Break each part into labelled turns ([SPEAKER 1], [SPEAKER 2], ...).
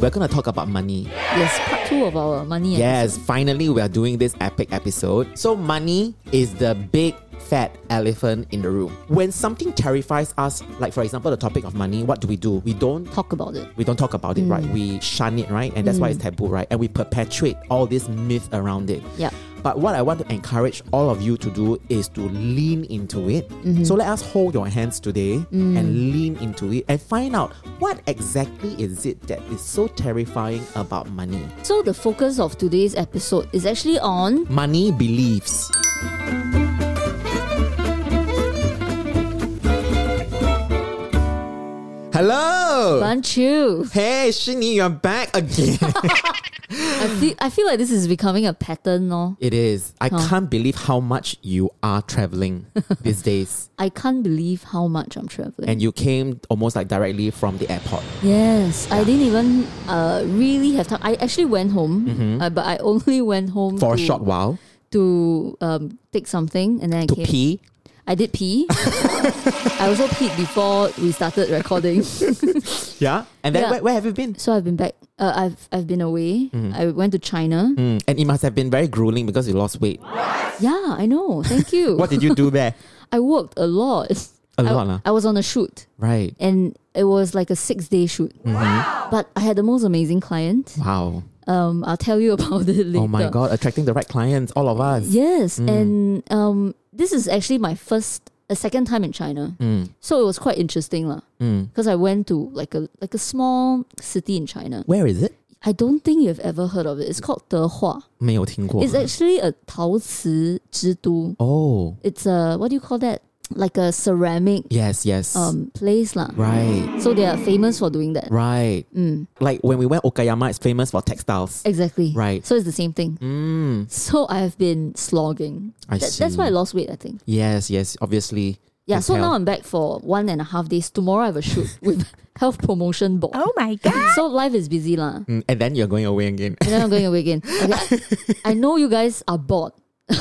[SPEAKER 1] we're going to talk about money.
[SPEAKER 2] Yes, part two of our money.
[SPEAKER 1] Yes, finally, we are doing this epic episode. So, money is the big fat elephant in the room. When something terrifies us, like for example, the topic of money, what do we do? We don't
[SPEAKER 2] Talk about it.
[SPEAKER 1] we don't talk about it, right? We shun it, right? And that's why it's taboo, right? And we perpetuate all this myth around it.
[SPEAKER 2] Yup.
[SPEAKER 1] But what I want to encourage all of you to do is to lean into it. So let us hold your hands today and lean into it and find out what exactly is it that is so terrifying about money.
[SPEAKER 2] So the focus of today's episode is actually on
[SPEAKER 1] Money beliefs. Hello.
[SPEAKER 2] Manchu.
[SPEAKER 1] Hey, Shini, you're back again.
[SPEAKER 2] I feel, I feel like this is becoming a pattern, no?
[SPEAKER 1] it is. I can't believe how much you are traveling these days.
[SPEAKER 2] I can't believe how much I'm traveling.
[SPEAKER 1] And you came almost like directly from the airport.
[SPEAKER 2] yes, I didn't even uh, really have time. I actually went home, uh, but I only went home
[SPEAKER 1] Mm-hmm. For a
[SPEAKER 2] to,
[SPEAKER 1] short while
[SPEAKER 2] to um, take something, and then I
[SPEAKER 1] to
[SPEAKER 2] came.
[SPEAKER 1] pee.
[SPEAKER 2] I did pee. I also peed before we started recording.
[SPEAKER 1] Yeah. And then
[SPEAKER 2] Yeah.
[SPEAKER 1] Where, where have you been?
[SPEAKER 2] so I've been back. Uh, I've I've been away. I went to China.
[SPEAKER 1] Mm-hmm. Mm, And it must have been very grueling because you lost weight.
[SPEAKER 2] Yeah, I know. Thank you.
[SPEAKER 1] What did you do there?
[SPEAKER 2] I worked a lot.
[SPEAKER 1] A
[SPEAKER 2] I-
[SPEAKER 1] lot, huh?
[SPEAKER 2] I was on a shoot,
[SPEAKER 1] Right.
[SPEAKER 2] and it was like a six day shoot.
[SPEAKER 1] Mm-hmm.
[SPEAKER 2] But I had the most amazing client.
[SPEAKER 1] Wow.
[SPEAKER 2] Um, I'll tell you about it later.
[SPEAKER 1] Oh my God. Mm. Attracting the right clients, all of us.
[SPEAKER 2] Yes, and um, this is actually my first, a second time in China.
[SPEAKER 1] Mm.
[SPEAKER 2] So it was quite interesting, lah. Because I went to like a like a small city in China.
[SPEAKER 1] Where is it?
[SPEAKER 2] I don't think you've ever heard of it. It's called Dehua.
[SPEAKER 1] 没有听过。
[SPEAKER 2] It's actually a Taoci之都.
[SPEAKER 1] oh,
[SPEAKER 2] It's a what do you call that? Like a ceramic
[SPEAKER 1] yes, yes.
[SPEAKER 2] um place lah.
[SPEAKER 1] right,
[SPEAKER 2] So they are famous for doing that.
[SPEAKER 1] right. Like when we went Okayama, it's famous for textiles.
[SPEAKER 2] Mm,
[SPEAKER 1] Mm.
[SPEAKER 2] Exactly.
[SPEAKER 1] Right.
[SPEAKER 2] So it's the same thing. So I have been slogging.
[SPEAKER 1] I
[SPEAKER 2] That- That's
[SPEAKER 1] see.
[SPEAKER 2] why I lost weight, I think.
[SPEAKER 1] Yes, yes, obviously.
[SPEAKER 2] Yeah.
[SPEAKER 1] Can
[SPEAKER 2] So
[SPEAKER 1] tell.
[SPEAKER 2] now I'm back for one and a half days. Tomorrow I have a shoot with Health Promotion Board.
[SPEAKER 3] Oh my god.
[SPEAKER 2] So life is busy lah.
[SPEAKER 1] Mm, and then you're going away again.
[SPEAKER 2] And then I'm going away again. Okay, I, I know you guys are bored.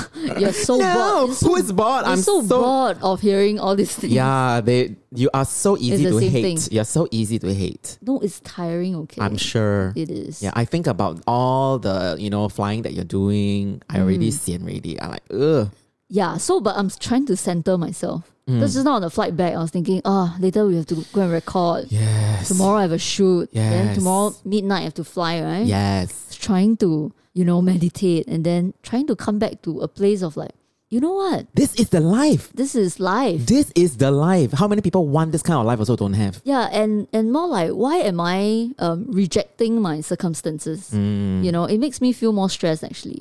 [SPEAKER 2] You're so bored.
[SPEAKER 1] no,
[SPEAKER 2] You're so
[SPEAKER 1] who is bored?
[SPEAKER 2] I'm,
[SPEAKER 1] I'm
[SPEAKER 2] so, bored of hearing all these things.
[SPEAKER 1] Yeah, they. You are so easy
[SPEAKER 2] the
[SPEAKER 1] to
[SPEAKER 2] same
[SPEAKER 1] hate.
[SPEAKER 2] thing.
[SPEAKER 1] You're so easy to hate.
[SPEAKER 2] No, it's tiring, okay?
[SPEAKER 1] I'm sure.
[SPEAKER 2] It is.
[SPEAKER 1] Yeah, I think about all the you know flying that you're doing. I already
[SPEAKER 2] Mm.
[SPEAKER 1] see and ready. I'm like, ugh.
[SPEAKER 2] Yeah, so, but I'm trying to center myself.
[SPEAKER 1] Mm.
[SPEAKER 2] Because just now on the flight back, I was thinking, ah, later we have to go and record.
[SPEAKER 1] Yes.
[SPEAKER 2] Tomorrow eh? I have a shoot. Then
[SPEAKER 1] Yes.
[SPEAKER 2] tomorrow midnight I have to fly, right?
[SPEAKER 1] Yes.
[SPEAKER 2] Trying to, you know, meditate and then trying to come back to a place of like, you know what?
[SPEAKER 1] This is the life.
[SPEAKER 2] This is life.
[SPEAKER 1] This is the life. How many people want this kind of life also don't have?
[SPEAKER 2] Yeah, and and more like why am I um, rejecting my circumstances?
[SPEAKER 1] Mm.
[SPEAKER 2] You know, it makes me feel more stressed actually.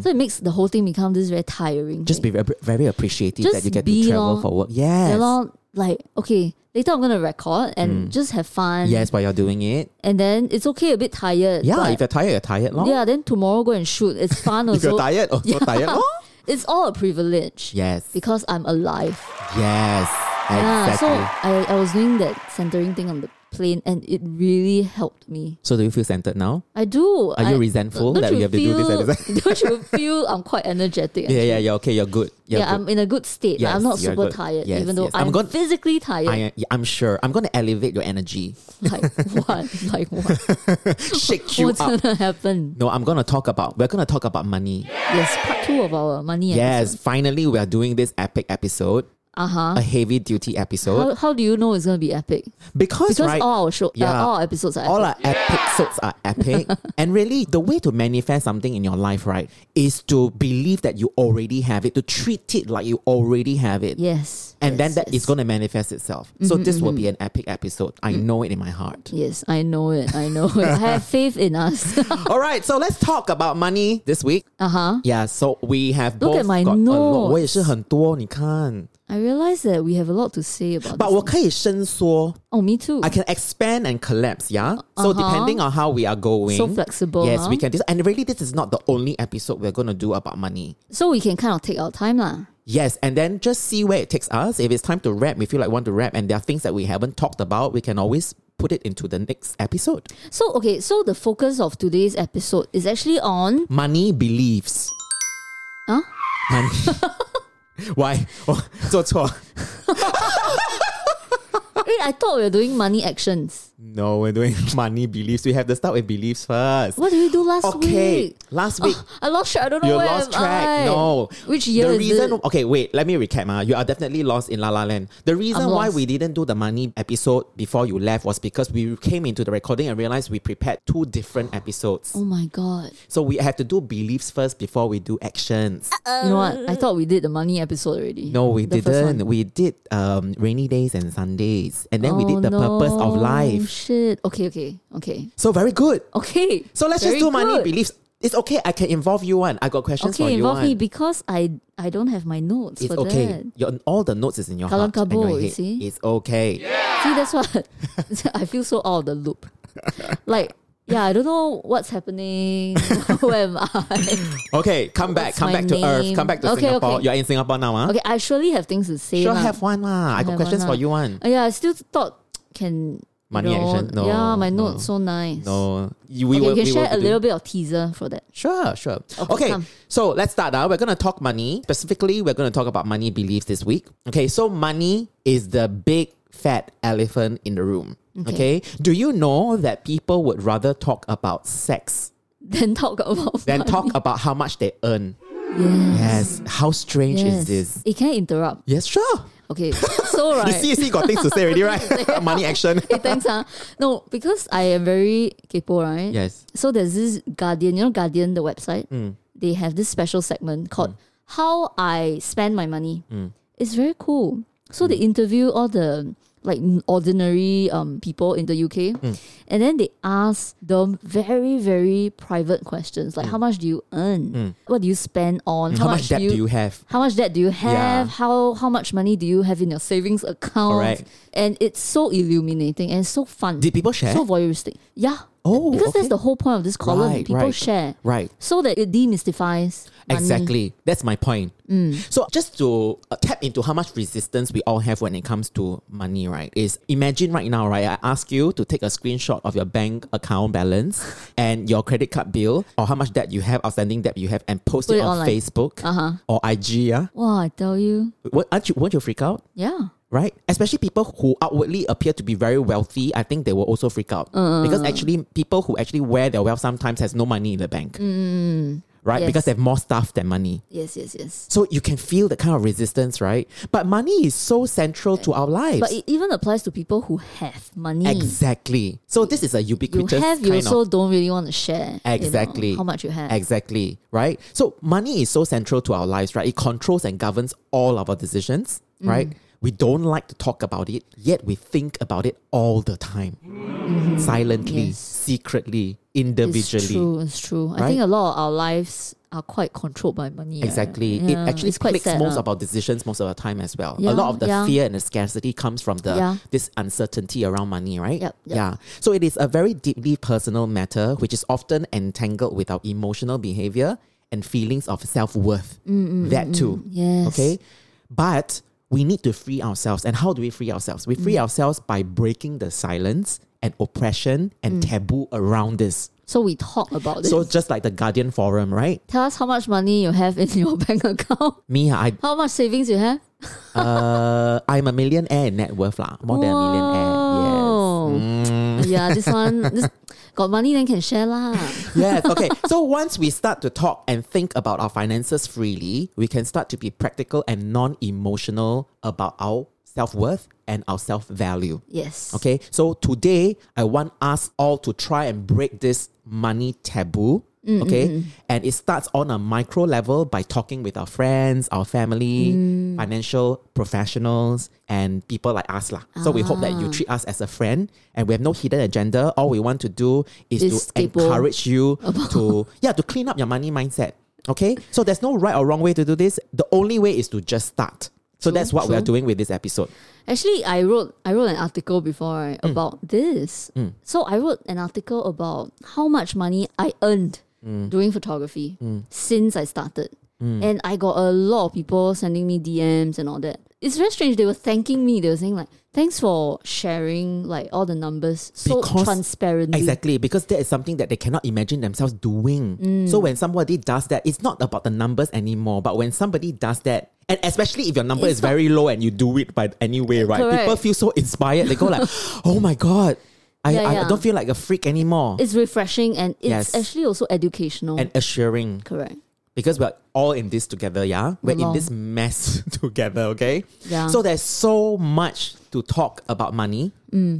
[SPEAKER 2] So it makes the whole thing become this very tiring.
[SPEAKER 1] Just
[SPEAKER 2] thing.
[SPEAKER 1] be very, very appreciative
[SPEAKER 2] Just
[SPEAKER 1] that you get to
[SPEAKER 2] be
[SPEAKER 1] travel
[SPEAKER 2] lor.
[SPEAKER 1] for work. Yes.
[SPEAKER 2] Yeah, lor, like okay, later I'm gonna record and just have fun.
[SPEAKER 1] Mm. Yes, while you're doing it.
[SPEAKER 2] and then it's okay a bit tired.
[SPEAKER 1] Yeah,
[SPEAKER 2] but-
[SPEAKER 1] if you're tired, you're tired lor.
[SPEAKER 2] yeah. Then tomorrow go and shoot. It's fun
[SPEAKER 1] If you're
[SPEAKER 2] also.
[SPEAKER 1] tired, also tired lor.
[SPEAKER 2] it's all a privilege.
[SPEAKER 1] Yes.
[SPEAKER 2] because I'm alive.
[SPEAKER 1] Yes.
[SPEAKER 2] Yeah,
[SPEAKER 1] Exactly.
[SPEAKER 2] so I, I was doing that centering thing on the plane, and it really helped me.
[SPEAKER 1] so do you feel centered now?
[SPEAKER 2] I do.
[SPEAKER 1] Are
[SPEAKER 2] I,
[SPEAKER 1] you resentful
[SPEAKER 2] don't
[SPEAKER 1] that we have to do this at this-
[SPEAKER 2] don't you feel I'm quite energetic?
[SPEAKER 1] Yeah,
[SPEAKER 2] actually.
[SPEAKER 1] yeah, you're okay. You're good. You're
[SPEAKER 2] yeah,
[SPEAKER 1] good.
[SPEAKER 2] I'm in a good state. Like, I'm
[SPEAKER 1] Yes,
[SPEAKER 2] not
[SPEAKER 1] you're
[SPEAKER 2] super
[SPEAKER 1] good.
[SPEAKER 2] tired,
[SPEAKER 1] Yes,
[SPEAKER 2] even though
[SPEAKER 1] yes. I'm
[SPEAKER 2] I'm,
[SPEAKER 1] gon-
[SPEAKER 2] physically tired.
[SPEAKER 1] I, I'm sure. I'm going to elevate your energy,
[SPEAKER 2] like what? Like what?
[SPEAKER 1] shake you
[SPEAKER 2] What's
[SPEAKER 1] up.
[SPEAKER 2] gonna happen?
[SPEAKER 1] No, I'm going to talk about. We're going to talk about money.
[SPEAKER 2] Yes, part two of our money.
[SPEAKER 1] Yes, finally, we are doing this epic episode,
[SPEAKER 2] Uh huh.
[SPEAKER 1] a heavy duty episode.
[SPEAKER 2] How, how do you know it's gonna be epic?
[SPEAKER 1] because
[SPEAKER 2] Because
[SPEAKER 1] right,
[SPEAKER 2] all our show,
[SPEAKER 1] Yeah.
[SPEAKER 2] uh, all our episodes are epic.
[SPEAKER 1] all our episodes are epic. and really, the way to manifest something in your life, right, is to believe that you already have it, to treat it like you already have it.
[SPEAKER 2] yes.
[SPEAKER 1] And
[SPEAKER 2] yes,
[SPEAKER 1] then that is
[SPEAKER 2] yes. Mm-hmm, Mm.
[SPEAKER 1] going to manifest itself. So this will be an epic episode. I know it in my heart.
[SPEAKER 2] Yes, I know it. I know it. I have faith in us.
[SPEAKER 1] All right, so let's talk about money this week.
[SPEAKER 2] uh huh.
[SPEAKER 1] Yeah, so we have
[SPEAKER 2] Look
[SPEAKER 1] both
[SPEAKER 2] at my
[SPEAKER 1] got a lot.
[SPEAKER 2] notes.
[SPEAKER 1] 我也是很多，你看。
[SPEAKER 2] I realize that we have a lot to say about.
[SPEAKER 1] But
[SPEAKER 2] this.
[SPEAKER 1] 我可以伸缩。
[SPEAKER 2] oh, me too.
[SPEAKER 1] I can expand and collapse, yeah? So depending on how we are going.
[SPEAKER 2] Uh-huh. So flexible,
[SPEAKER 1] Yes,
[SPEAKER 2] huh?
[SPEAKER 1] we can. Dis- and really, this is not the only episode we're going to do about money.
[SPEAKER 2] so we can kind of take our time lah.
[SPEAKER 1] Yes, and then just see where it takes us. If it's time to rap, we feel like want to rap, and there are things that we haven't talked about, we can always put it into the next episode.
[SPEAKER 2] So okay, so the focus of today's episode is actually on
[SPEAKER 1] Money beliefs.
[SPEAKER 2] Huh?
[SPEAKER 1] Money. Oh, Why? 我做错。
[SPEAKER 2] Wait, I thought we were doing money actions.
[SPEAKER 1] No, we're doing money beliefs. We have to start with beliefs first.
[SPEAKER 2] What did we do last
[SPEAKER 1] Okay,
[SPEAKER 2] week?
[SPEAKER 1] last week.
[SPEAKER 2] I lost track. I don't know
[SPEAKER 1] You
[SPEAKER 2] where
[SPEAKER 1] lost
[SPEAKER 2] am
[SPEAKER 1] track.
[SPEAKER 2] I.
[SPEAKER 1] No.
[SPEAKER 2] Which year
[SPEAKER 1] The
[SPEAKER 2] is
[SPEAKER 1] reason.
[SPEAKER 2] it?
[SPEAKER 1] Okay, wait. Let me recap. Ah, you are definitely lost in La La Land. The reason
[SPEAKER 2] I'm
[SPEAKER 1] why
[SPEAKER 2] lost.
[SPEAKER 1] we didn't do the money episode before you left was because we came into the recording and realized we prepared two different episodes.
[SPEAKER 2] Oh my god.
[SPEAKER 1] So we have to do beliefs first before we do actions.
[SPEAKER 2] you know what? I thought we did the money episode already.
[SPEAKER 1] Um, No, we
[SPEAKER 2] Uh, The first
[SPEAKER 1] didn't.
[SPEAKER 2] one.
[SPEAKER 1] We did um, rainy days and Sundays, and then we
[SPEAKER 2] Oh
[SPEAKER 1] did the purpose of
[SPEAKER 2] no,
[SPEAKER 1] life.
[SPEAKER 2] Shit. Okay, okay, okay.
[SPEAKER 1] So very good.
[SPEAKER 2] Okay.
[SPEAKER 1] So let's
[SPEAKER 2] Very
[SPEAKER 1] just do money
[SPEAKER 2] good.
[SPEAKER 1] beliefs. It's okay. I can involve you one. I got questions for
[SPEAKER 2] Okay,
[SPEAKER 1] you
[SPEAKER 2] involve
[SPEAKER 1] one.
[SPEAKER 2] me because I I don't have my notes
[SPEAKER 1] it's
[SPEAKER 2] for
[SPEAKER 1] okay.
[SPEAKER 2] that.
[SPEAKER 1] Your, all the notes is in your
[SPEAKER 2] Kalang
[SPEAKER 1] heart and your
[SPEAKER 2] kabut,
[SPEAKER 1] head.
[SPEAKER 2] you see?
[SPEAKER 1] It's okay.
[SPEAKER 2] See, that's what I feel so out of the loop. Like, yeah, I don't know what's happening. Who am I?
[SPEAKER 1] Okay, come back.
[SPEAKER 2] What's
[SPEAKER 1] Come
[SPEAKER 2] my
[SPEAKER 1] back to Earth.
[SPEAKER 2] name?
[SPEAKER 1] Come back to
[SPEAKER 2] Okay,
[SPEAKER 1] Singapore.
[SPEAKER 2] okay.
[SPEAKER 1] You're in Singapore now, huh?
[SPEAKER 2] Okay, I surely have things to say.
[SPEAKER 1] Sure,
[SPEAKER 2] lah.
[SPEAKER 1] have one lah. I
[SPEAKER 2] have
[SPEAKER 1] got questions
[SPEAKER 2] one
[SPEAKER 1] for
[SPEAKER 2] lah.
[SPEAKER 1] you one.
[SPEAKER 2] Uh, yeah, I still thought can you
[SPEAKER 1] Money
[SPEAKER 2] know,
[SPEAKER 1] action? No,
[SPEAKER 2] Yeah, my
[SPEAKER 1] no,
[SPEAKER 2] notes so nice.
[SPEAKER 1] No, you, we
[SPEAKER 2] okay,
[SPEAKER 1] will.
[SPEAKER 2] you can
[SPEAKER 1] we
[SPEAKER 2] share
[SPEAKER 1] will be
[SPEAKER 2] a
[SPEAKER 1] doing-
[SPEAKER 2] little bit of teaser for that.
[SPEAKER 1] Sure, sure. Okay,
[SPEAKER 2] Okay, come.
[SPEAKER 1] so let's start now. We're going to talk money. Specifically, we're going to talk about money beliefs this week. Okay, so money is the big fat elephant in the room. Okay. Do you know that people would rather talk about sex
[SPEAKER 2] Then talk about
[SPEAKER 1] than
[SPEAKER 2] money.
[SPEAKER 1] talk about how much they earn?
[SPEAKER 2] Yes.
[SPEAKER 1] Yes. How strange is this?
[SPEAKER 2] It can I interrupt.
[SPEAKER 1] Yes, sure.
[SPEAKER 2] Okay, so right.
[SPEAKER 1] You see, you see, got things to say already, right? money action.
[SPEAKER 2] Hey, thanks, huh? No, because I am very capable, right?
[SPEAKER 1] Yes. Mm.
[SPEAKER 2] So there's this Guardian, you know, Guardian, the website. They have this special segment called How I Spend My Money.
[SPEAKER 1] Mm.
[SPEAKER 2] It's very cool. So they interview all the like n- ordinary um, people in the UK
[SPEAKER 1] Mm.
[SPEAKER 2] and then they ask them very, very private questions like how much do you earn? What do you spend on?
[SPEAKER 1] Mm. How much debt do you have?
[SPEAKER 2] how much debt do you have
[SPEAKER 1] Yeah.
[SPEAKER 2] how how much money do you have in your savings account
[SPEAKER 1] Correct.
[SPEAKER 2] and it's so illuminating and so fun
[SPEAKER 1] Did people share?
[SPEAKER 2] so voyeuristic yeah
[SPEAKER 1] Oh,
[SPEAKER 2] because
[SPEAKER 1] okay.
[SPEAKER 2] that's the whole point of this column
[SPEAKER 1] Right,
[SPEAKER 2] people
[SPEAKER 1] right.
[SPEAKER 2] share
[SPEAKER 1] Right.
[SPEAKER 2] so that it demystifies money. Mm.
[SPEAKER 1] Exactly. That's my point. So just to uh, tap into how much resistance we all have when it comes to money, right? Is imagine right now, right? I ask you to take a screenshot of your bank account balance and your credit card bill or how much debt you have, outstanding debt you have, and post
[SPEAKER 2] Put
[SPEAKER 1] it,
[SPEAKER 2] it
[SPEAKER 1] on
[SPEAKER 2] online. Uh-huh.
[SPEAKER 1] Facebook or IG. Yeah,
[SPEAKER 2] wow i tell you
[SPEAKER 1] Won't- aren't you, won't you freak out?
[SPEAKER 2] yeah
[SPEAKER 1] Right, especially people who outwardly appear to be very wealthy, I think they will also freak out
[SPEAKER 2] Uh-huh.
[SPEAKER 1] because actually people who actually wear their wealth sometimes has no money in the bank, right?
[SPEAKER 2] Mm, Yes.
[SPEAKER 1] Because they have more stuff than money.
[SPEAKER 2] yes yes yes
[SPEAKER 1] So you can feel the kind of resistance, right? But money is so central to our lives.
[SPEAKER 2] Eh, but it even applies to people who have money
[SPEAKER 1] exactly. So this is a
[SPEAKER 2] you
[SPEAKER 1] ubiquitous
[SPEAKER 2] have you
[SPEAKER 1] kind
[SPEAKER 2] also
[SPEAKER 1] of
[SPEAKER 2] don't really want to share you know,
[SPEAKER 1] exactly
[SPEAKER 2] how much you have
[SPEAKER 1] Exactly, right? So money is so central to our lives, right? It controls and governs all of our decisions,
[SPEAKER 2] Mm.
[SPEAKER 1] right? We don't like to talk about it, yet we think about it all the time, silently,
[SPEAKER 2] Mm-hmm. Yes.
[SPEAKER 1] secretly,
[SPEAKER 2] it's
[SPEAKER 1] individually.
[SPEAKER 2] true it's true i think a lot of our lives are quite controlled by money right?
[SPEAKER 1] Exactly.
[SPEAKER 2] Yeah,
[SPEAKER 1] it actually
[SPEAKER 2] it's quite
[SPEAKER 1] clicks
[SPEAKER 2] sad,
[SPEAKER 1] most
[SPEAKER 2] ah.
[SPEAKER 1] of our decisions most of the time as well. a
[SPEAKER 2] Yeah,
[SPEAKER 1] lot of the
[SPEAKER 2] yeah.
[SPEAKER 1] fear and the scarcity comes from the
[SPEAKER 2] Yeah.
[SPEAKER 1] this uncertainty around money, right?
[SPEAKER 2] Yep, yep.
[SPEAKER 1] Yeah. So it is a very deeply personal matter which is often entangled with our emotional behavior and feelings of self worth.
[SPEAKER 2] Mm,
[SPEAKER 1] That too.
[SPEAKER 2] Yes.
[SPEAKER 1] Okay. But we need to free ourselves. And how do we free ourselves? We
[SPEAKER 2] Mm.
[SPEAKER 1] free ourselves by breaking the silence and oppression and
[SPEAKER 2] Mm.
[SPEAKER 1] taboo around this.
[SPEAKER 2] So we talk about this.
[SPEAKER 1] So just like the Guardian Forum, right?
[SPEAKER 2] Tell us how much money you have in your bank account.
[SPEAKER 1] Me, I
[SPEAKER 2] How much savings you have?
[SPEAKER 1] uh, I'm a millionaire in net worth lah. More than a millionaire. Mm,
[SPEAKER 2] Wow. Yeah, this one this, got money then can share lah.
[SPEAKER 1] Yes. Yes. Okay. so once we start to talk and think about our finances freely, we can start to be practical and non-emotional about our self-worth and our self-value.
[SPEAKER 2] Yes.
[SPEAKER 1] Okay. So today, I want us all to try and break this money taboo.
[SPEAKER 2] Mm,
[SPEAKER 1] Okay. And it starts on a micro level by talking with our friends, our family,
[SPEAKER 2] Mm.
[SPEAKER 1] financial professionals, and people like us. lah. So we hope that
[SPEAKER 2] Ah.
[SPEAKER 1] you treat us as a friend and we have no hidden agenda. All we want to do is
[SPEAKER 2] Is
[SPEAKER 1] to
[SPEAKER 2] kaypoh
[SPEAKER 1] encourage you to yeah, to clean up your money mindset. Okay? So there's no right or wrong way to do this. The only way is to just start. So
[SPEAKER 2] True,
[SPEAKER 1] that's what we're
[SPEAKER 2] true.
[SPEAKER 1] doing with this episode.
[SPEAKER 2] Actually I wrote I wrote an article before right,
[SPEAKER 1] Mm.
[SPEAKER 2] about this. So I wrote an article about how much money I earned
[SPEAKER 1] Mm.
[SPEAKER 2] doing photography since I started. And I got a lot of people sending me DMs and all that. It's very strange. They were thanking me. They were saying like, thanks for sharing like all the numbers so
[SPEAKER 1] Because-
[SPEAKER 2] transparently.
[SPEAKER 1] Exactly, because that is something that they cannot imagine themselves
[SPEAKER 2] Mm.
[SPEAKER 1] doing. So when somebody does that, it's not about the numbers anymore. But when somebody does that, And especially if your number
[SPEAKER 2] It's
[SPEAKER 1] is
[SPEAKER 2] not-
[SPEAKER 1] very low and you do it by any way, right?
[SPEAKER 2] Correct.
[SPEAKER 1] People feel so inspired. They go like, oh my God, I,
[SPEAKER 2] Yeah,
[SPEAKER 1] I
[SPEAKER 2] yeah.
[SPEAKER 1] don't feel like a freak anymore.
[SPEAKER 2] It's refreshing and it's
[SPEAKER 1] Yes.
[SPEAKER 2] actually also educational.
[SPEAKER 1] and assuring
[SPEAKER 2] Correct.
[SPEAKER 1] because we're all in this together, yeah? We're in
[SPEAKER 2] Lol.
[SPEAKER 1] this mess together, okay?
[SPEAKER 2] Yeah.
[SPEAKER 1] So there's so much to talk about money.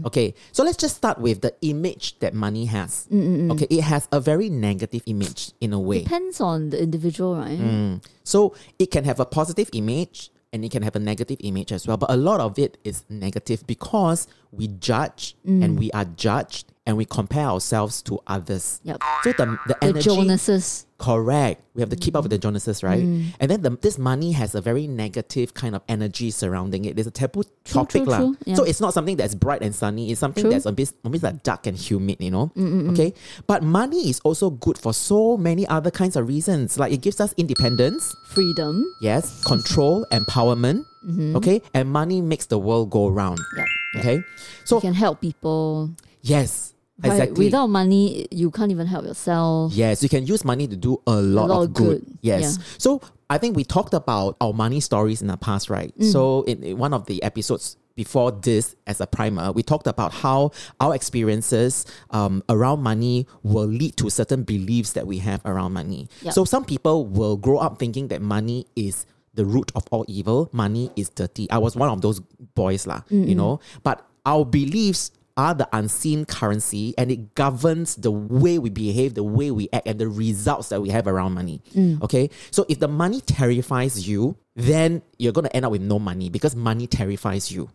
[SPEAKER 1] Okay, so let's just start with the image that money has. Okay, it has a very negative image in a way.
[SPEAKER 2] Depends on the individual, right?
[SPEAKER 1] Mm. So it can have a positive image and it can have a negative image as well. But a lot of it is negative because we judge and we are judged and we compare ourselves to others.
[SPEAKER 2] Yep.
[SPEAKER 1] So the, the
[SPEAKER 2] The
[SPEAKER 1] energy
[SPEAKER 2] Jonases.
[SPEAKER 1] Correct. We have to keep up with the
[SPEAKER 2] Mm-hmm.
[SPEAKER 1] Jonases, right?
[SPEAKER 2] Mm.
[SPEAKER 1] And then the, this money has a very negative kind of energy surrounding it. There's a taboo topic,
[SPEAKER 2] true,
[SPEAKER 1] lah.
[SPEAKER 2] true. Yeah.
[SPEAKER 1] So it's not something that's bright and sunny. It's something
[SPEAKER 2] True. Mm,
[SPEAKER 1] that's a bit, a bit like dark and humid, you know. Okay, but money is also good for so many other kinds of reasons. Like it gives us independence,
[SPEAKER 2] Freedom.
[SPEAKER 1] yes, control, empowerment.
[SPEAKER 2] Mm-hmm.
[SPEAKER 1] Okay, and money makes the world go round.
[SPEAKER 2] Yep.
[SPEAKER 1] Okay,
[SPEAKER 2] You
[SPEAKER 1] so
[SPEAKER 2] can help people.
[SPEAKER 1] yes,
[SPEAKER 2] Right?
[SPEAKER 1] exactly.
[SPEAKER 2] Without money, you can't even help yourself.
[SPEAKER 1] Yes, you can use money to do a lot,
[SPEAKER 2] lot
[SPEAKER 1] of
[SPEAKER 2] of
[SPEAKER 1] good.
[SPEAKER 2] good.
[SPEAKER 1] Yes.
[SPEAKER 2] Yeah.
[SPEAKER 1] So I think we talked about our money stories in the past, right? So in, in one of the episodes before this, as a primer, we talked about how our experiences um, around money will lead to certain beliefs that we have around money.
[SPEAKER 2] Yup.
[SPEAKER 1] So some people will grow up thinking that money is the root of all evil. Money is dirty. I was one of those boys, lah. You know, but our beliefs are the unseen currency, and it governs the way we behave, the way we act, and the results that we have around money. Okay, so if the money terrifies you, then you're gonna end up with no money because money terrifies you.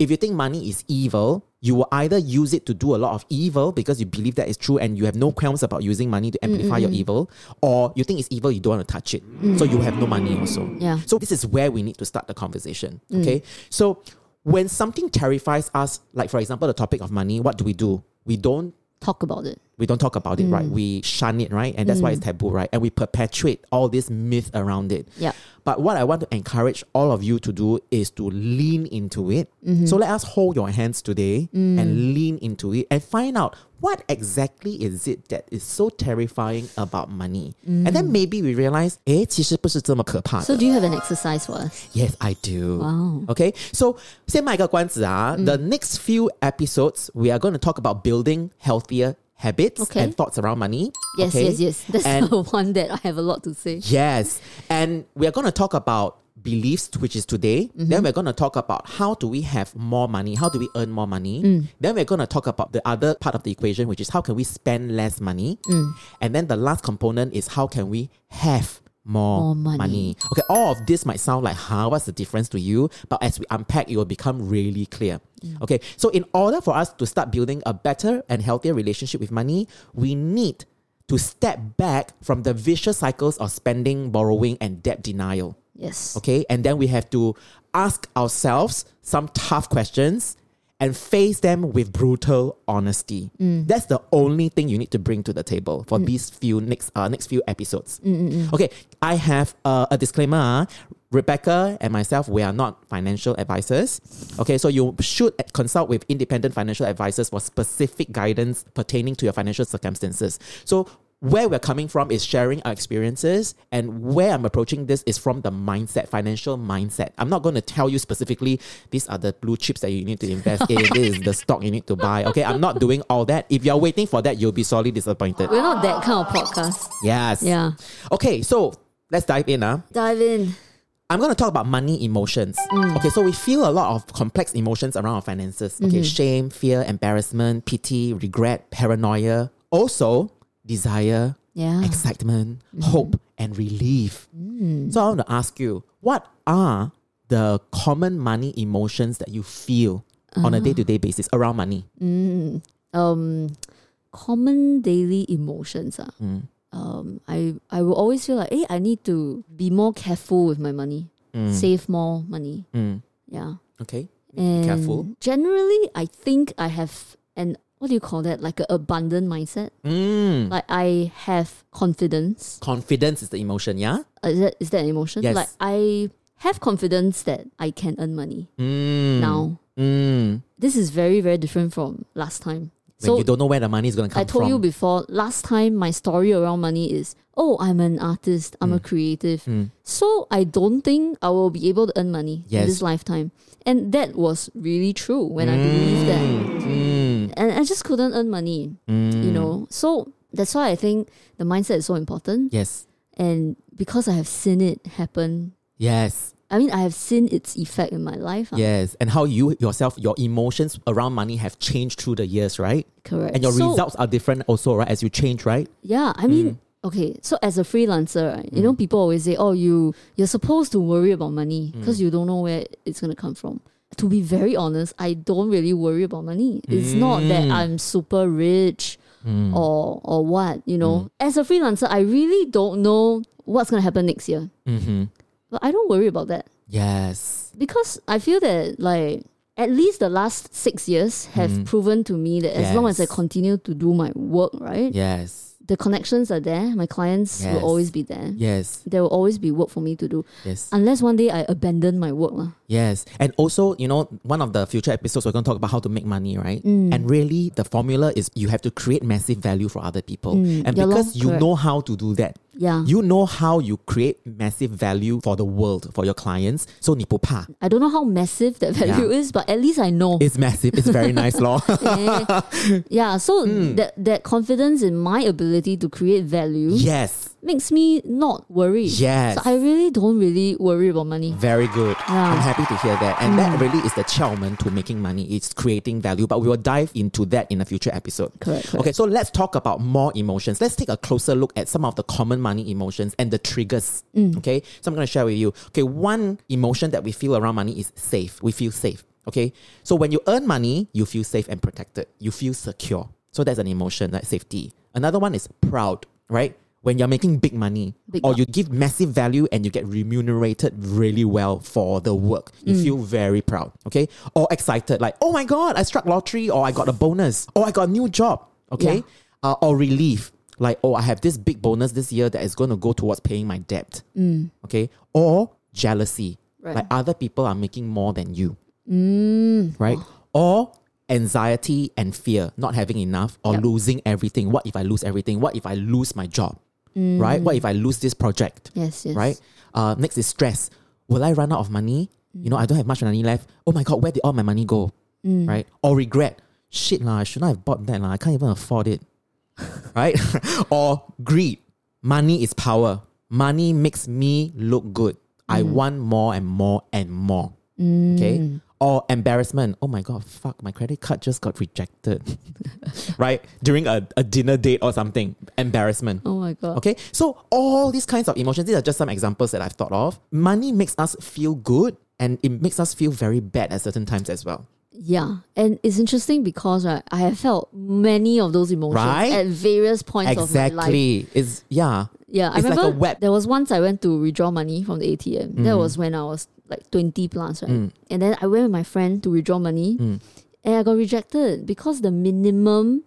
[SPEAKER 1] If you think money is evil, you will either use it to do a lot of evil because you believe that is true and you have no qualms about using money to amplify your evil, or you think it's evil, you don't want to touch it. So you have no money also.
[SPEAKER 2] Yeah.
[SPEAKER 1] So this is where we need to start the conversation.
[SPEAKER 2] Mm.
[SPEAKER 1] Okay. So when something terrifies us, like for example, the topic of money, what do we do? We don't
[SPEAKER 2] Talk about it.
[SPEAKER 1] we don't talk about it,
[SPEAKER 2] Mm.
[SPEAKER 1] right? We shun it, right? And that's why it's taboo, right? And we perpetuate all this myth around it.
[SPEAKER 2] Yeah.
[SPEAKER 1] But what I want to encourage all of you to do is to lean into it.
[SPEAKER 2] Mm-hmm.
[SPEAKER 1] So let us hold your hands today
[SPEAKER 2] Mm.
[SPEAKER 1] and lean into it and find out what exactly is it that is so terrifying about money. And then maybe we realize, eh, 其实不是这么可怕的。
[SPEAKER 2] Mm. So, do you have an exercise for us?
[SPEAKER 1] Yes, I do.
[SPEAKER 2] Wow.
[SPEAKER 1] Okay, so 先卖一个关子啊。The next few episodes, we are going to talk about building healthier habits
[SPEAKER 2] Okay.
[SPEAKER 1] and thoughts around money.
[SPEAKER 2] Yes,
[SPEAKER 1] okay?
[SPEAKER 2] yes, yes. That's
[SPEAKER 1] and
[SPEAKER 2] the one that I have a lot to say.
[SPEAKER 1] yes, and we are going to talk about beliefs, which is today.
[SPEAKER 2] Mm-hmm.
[SPEAKER 1] Then we're going to talk about how do we have more money? How do we earn more money?
[SPEAKER 2] Mm.
[SPEAKER 1] Then we're going to talk about the other part of the equation, which is how can we spend less money?
[SPEAKER 2] Mm.
[SPEAKER 1] And then the last component is how can we have more
[SPEAKER 2] More money.
[SPEAKER 1] Okay, all of this might sound like, huh, what's the difference to you? But as we unpack, it will become really clear.
[SPEAKER 2] Mm.
[SPEAKER 1] Okay, so in order for us to start building a better and healthier relationship with money, we need to step back from the vicious cycles of spending, borrowing, and debt denial.
[SPEAKER 2] Yes.
[SPEAKER 1] Okay, and then we have to ask ourselves some tough questions and face them with brutal honesty. That's the only thing you need to bring to the table for these few next uh, next few episodes. Okay, I have uh, a disclaimer. ah. Rebecca and myself, we are not financial advisors. Okay, so you should consult with independent financial advisors for specific guidance pertaining to your financial circumstances. So where we're coming from is sharing our experiences and where i'm approaching this is from the mindset financial mindset i'm not going to tell you specifically these are the blue chips that you need to invest in this is the stock you need to buy okay i'm not doing all that if you're waiting for that you'll be sorely disappointed
[SPEAKER 2] We're not that kind of podcast.
[SPEAKER 1] yes
[SPEAKER 2] Yeah.
[SPEAKER 1] okay so let's dive in huh?
[SPEAKER 2] Dive in.
[SPEAKER 1] I'm going to talk about money emotions. Okay, so we feel a lot of complex emotions around our finances. Okay, shame, fear, embarrassment, pity, regret, paranoia, also desire,
[SPEAKER 2] Yeah. Hmm.
[SPEAKER 1] excitement,
[SPEAKER 2] Mm-hmm.
[SPEAKER 1] hope, and relief. So I want to ask you, what are the common money emotions that you feel on
[SPEAKER 2] Uh-huh.
[SPEAKER 1] a day to day basis around money?
[SPEAKER 2] Mm. Um, common daily emotions. Ah.
[SPEAKER 1] Mm.
[SPEAKER 2] Um, I, I will always feel like, hey, I need to be more careful with my money,
[SPEAKER 1] Mm.
[SPEAKER 2] save more money. Yeah.
[SPEAKER 1] Okay,
[SPEAKER 2] And
[SPEAKER 1] Mm. careful.
[SPEAKER 2] Generally, I think I have an, what do you call that? Like an abundant mindset.
[SPEAKER 1] Mm.
[SPEAKER 2] Like I have confidence.
[SPEAKER 1] Confidence is the emotion, yeah?
[SPEAKER 2] Uh, Is that, is that an emotion?
[SPEAKER 1] Yes.
[SPEAKER 2] Like I have confidence that I can earn money
[SPEAKER 1] Mm.
[SPEAKER 2] now.
[SPEAKER 1] Mm.
[SPEAKER 2] This is very, very different from last time.
[SPEAKER 1] When
[SPEAKER 2] So-
[SPEAKER 1] you don't know where the money is going to come
[SPEAKER 2] I told
[SPEAKER 1] from.
[SPEAKER 2] you before, last time my story around money is, oh, I'm an artist, I'm a
[SPEAKER 1] Hmm.
[SPEAKER 2] creative. So I don't think I will be able to earn money in
[SPEAKER 1] Yes.
[SPEAKER 2] this lifetime. And that was really true when I believed that.
[SPEAKER 1] Mm,
[SPEAKER 2] And I just couldn't earn money, you
[SPEAKER 1] Hmm.
[SPEAKER 2] know? So that's why I think the mindset is so important.
[SPEAKER 1] yes.
[SPEAKER 2] And because I have seen it happen,
[SPEAKER 1] Yes.
[SPEAKER 2] I mean, I have seen its effect in my life. ah.
[SPEAKER 1] Yes. And how you yourself, your emotions around money have changed through the years, right?
[SPEAKER 2] Correct.
[SPEAKER 1] And your
[SPEAKER 2] So-
[SPEAKER 1] results are different also, right? As you change, right?
[SPEAKER 2] Yeah, I mean, okay. So as a freelancer, right, you know, people always say, "Oh, you you're supposed to worry about money because you don't know where it's gonna come from." To be very honest, I don't really worry about money. It's not that I'm super rich or or what. You know, as a freelancer, I really don't know what's gonna happen next year.
[SPEAKER 1] Mm-hmm.
[SPEAKER 2] But I don't worry about that
[SPEAKER 1] Yes.
[SPEAKER 2] because I feel that like. At least the last six years have proven to me that as long as I
[SPEAKER 1] Yes.
[SPEAKER 2] continue to do my work, right,
[SPEAKER 1] Yes.
[SPEAKER 2] the connections are there. My clients
[SPEAKER 1] Yes.
[SPEAKER 2] will always be there.
[SPEAKER 1] Yes.
[SPEAKER 2] There will always be work for me to do,
[SPEAKER 1] Yes.
[SPEAKER 2] unless one day I abandon my work. lah.
[SPEAKER 1] Yes. And also, you know, one of the future episodes, we're going to talk about how to make money, right?
[SPEAKER 2] Mm.
[SPEAKER 1] And really, the formula is you have to create massive value for other people. And
[SPEAKER 2] Yeah lor,
[SPEAKER 1] because you
[SPEAKER 2] Mm. correct.
[SPEAKER 1] know how to do that,
[SPEAKER 2] Yeah.
[SPEAKER 1] you know how you create massive value for the world, for your clients. So, 你不怕.
[SPEAKER 2] I don't know how massive that value is, but at least I know.
[SPEAKER 1] It's massive. It's very nice, law.
[SPEAKER 2] yeah. So
[SPEAKER 1] Hmm.
[SPEAKER 2] that that confidence in my ability to create value
[SPEAKER 1] yes.
[SPEAKER 2] makes me not worry.
[SPEAKER 1] Yes.
[SPEAKER 2] So I really don't really worry about money.
[SPEAKER 1] Very good.
[SPEAKER 2] Yeah.
[SPEAKER 1] I'm happy to hear that. And
[SPEAKER 2] Mm.
[SPEAKER 1] that really is the 窍门 to making money. It's creating value. But we will dive into that in a future episode.
[SPEAKER 2] Correct, correct.
[SPEAKER 1] Okay, so let's talk about more emotions. Let's take a closer look at some of the common money emotions and the triggers. Okay, so I'm going to share with you. Okay, one emotion that we feel around money is safe. We feel safe. Okay, so when you earn money, you feel safe and protected. You feel secure. So that's an emotion, like safety. Another one is proud, right? When you're making big money
[SPEAKER 2] Big
[SPEAKER 1] or
[SPEAKER 2] bucks.
[SPEAKER 1] you give massive value and you get remunerated really well for the work, you feel very proud, okay? Or excited, like, oh my God, I struck lottery or I got a bonus or I got a new job, okay? Uh, or relief, like, oh, I have this big bonus this year that is going to go towards paying my debt, okay? Or jealousy,
[SPEAKER 2] Right.
[SPEAKER 1] like other people are making more than you, Hmm.
[SPEAKER 2] Hmm.
[SPEAKER 1] right? Or anxiety and fear, not having enough or
[SPEAKER 2] Yep.
[SPEAKER 1] losing everything. What if I lose everything? What if I lose my job? Right? What if I lose this project?
[SPEAKER 2] Yes. Yes.
[SPEAKER 1] Right? Uh, next is stress. Will I run out of money? You know, I don't have much money left. Oh my God, where did all my money go? Right? Or regret. Shit, lah, I shouldn't have bought that. lah. I can't even afford it. right? or greed. Money is power. Money makes me look good. I want more and more and more.
[SPEAKER 2] Hmm. Mm.
[SPEAKER 1] Okay? Or embarrassment. Oh my God, fuck, my credit card just got rejected. right? During a, a dinner date or something. Embarrassment.
[SPEAKER 2] Oh my god.
[SPEAKER 1] Okay, so all these kinds of emotions, these are just some examples that I've thought of. Money makes us feel good and it makes us feel very bad at certain times as well.
[SPEAKER 2] Yeah, and it's interesting because right, I have felt many of those emotions
[SPEAKER 1] Right?
[SPEAKER 2] at various points of my life.
[SPEAKER 1] Exactly. Is yeah.
[SPEAKER 2] Yeah, I
[SPEAKER 1] It's like a
[SPEAKER 2] remember
[SPEAKER 1] web. Mm.
[SPEAKER 2] there was once I went to withdraw money from the ATM. That was when I was like 20 plus, right? And then I went with my friend to withdraw money
[SPEAKER 1] mm,
[SPEAKER 2] and I got rejected because the minimum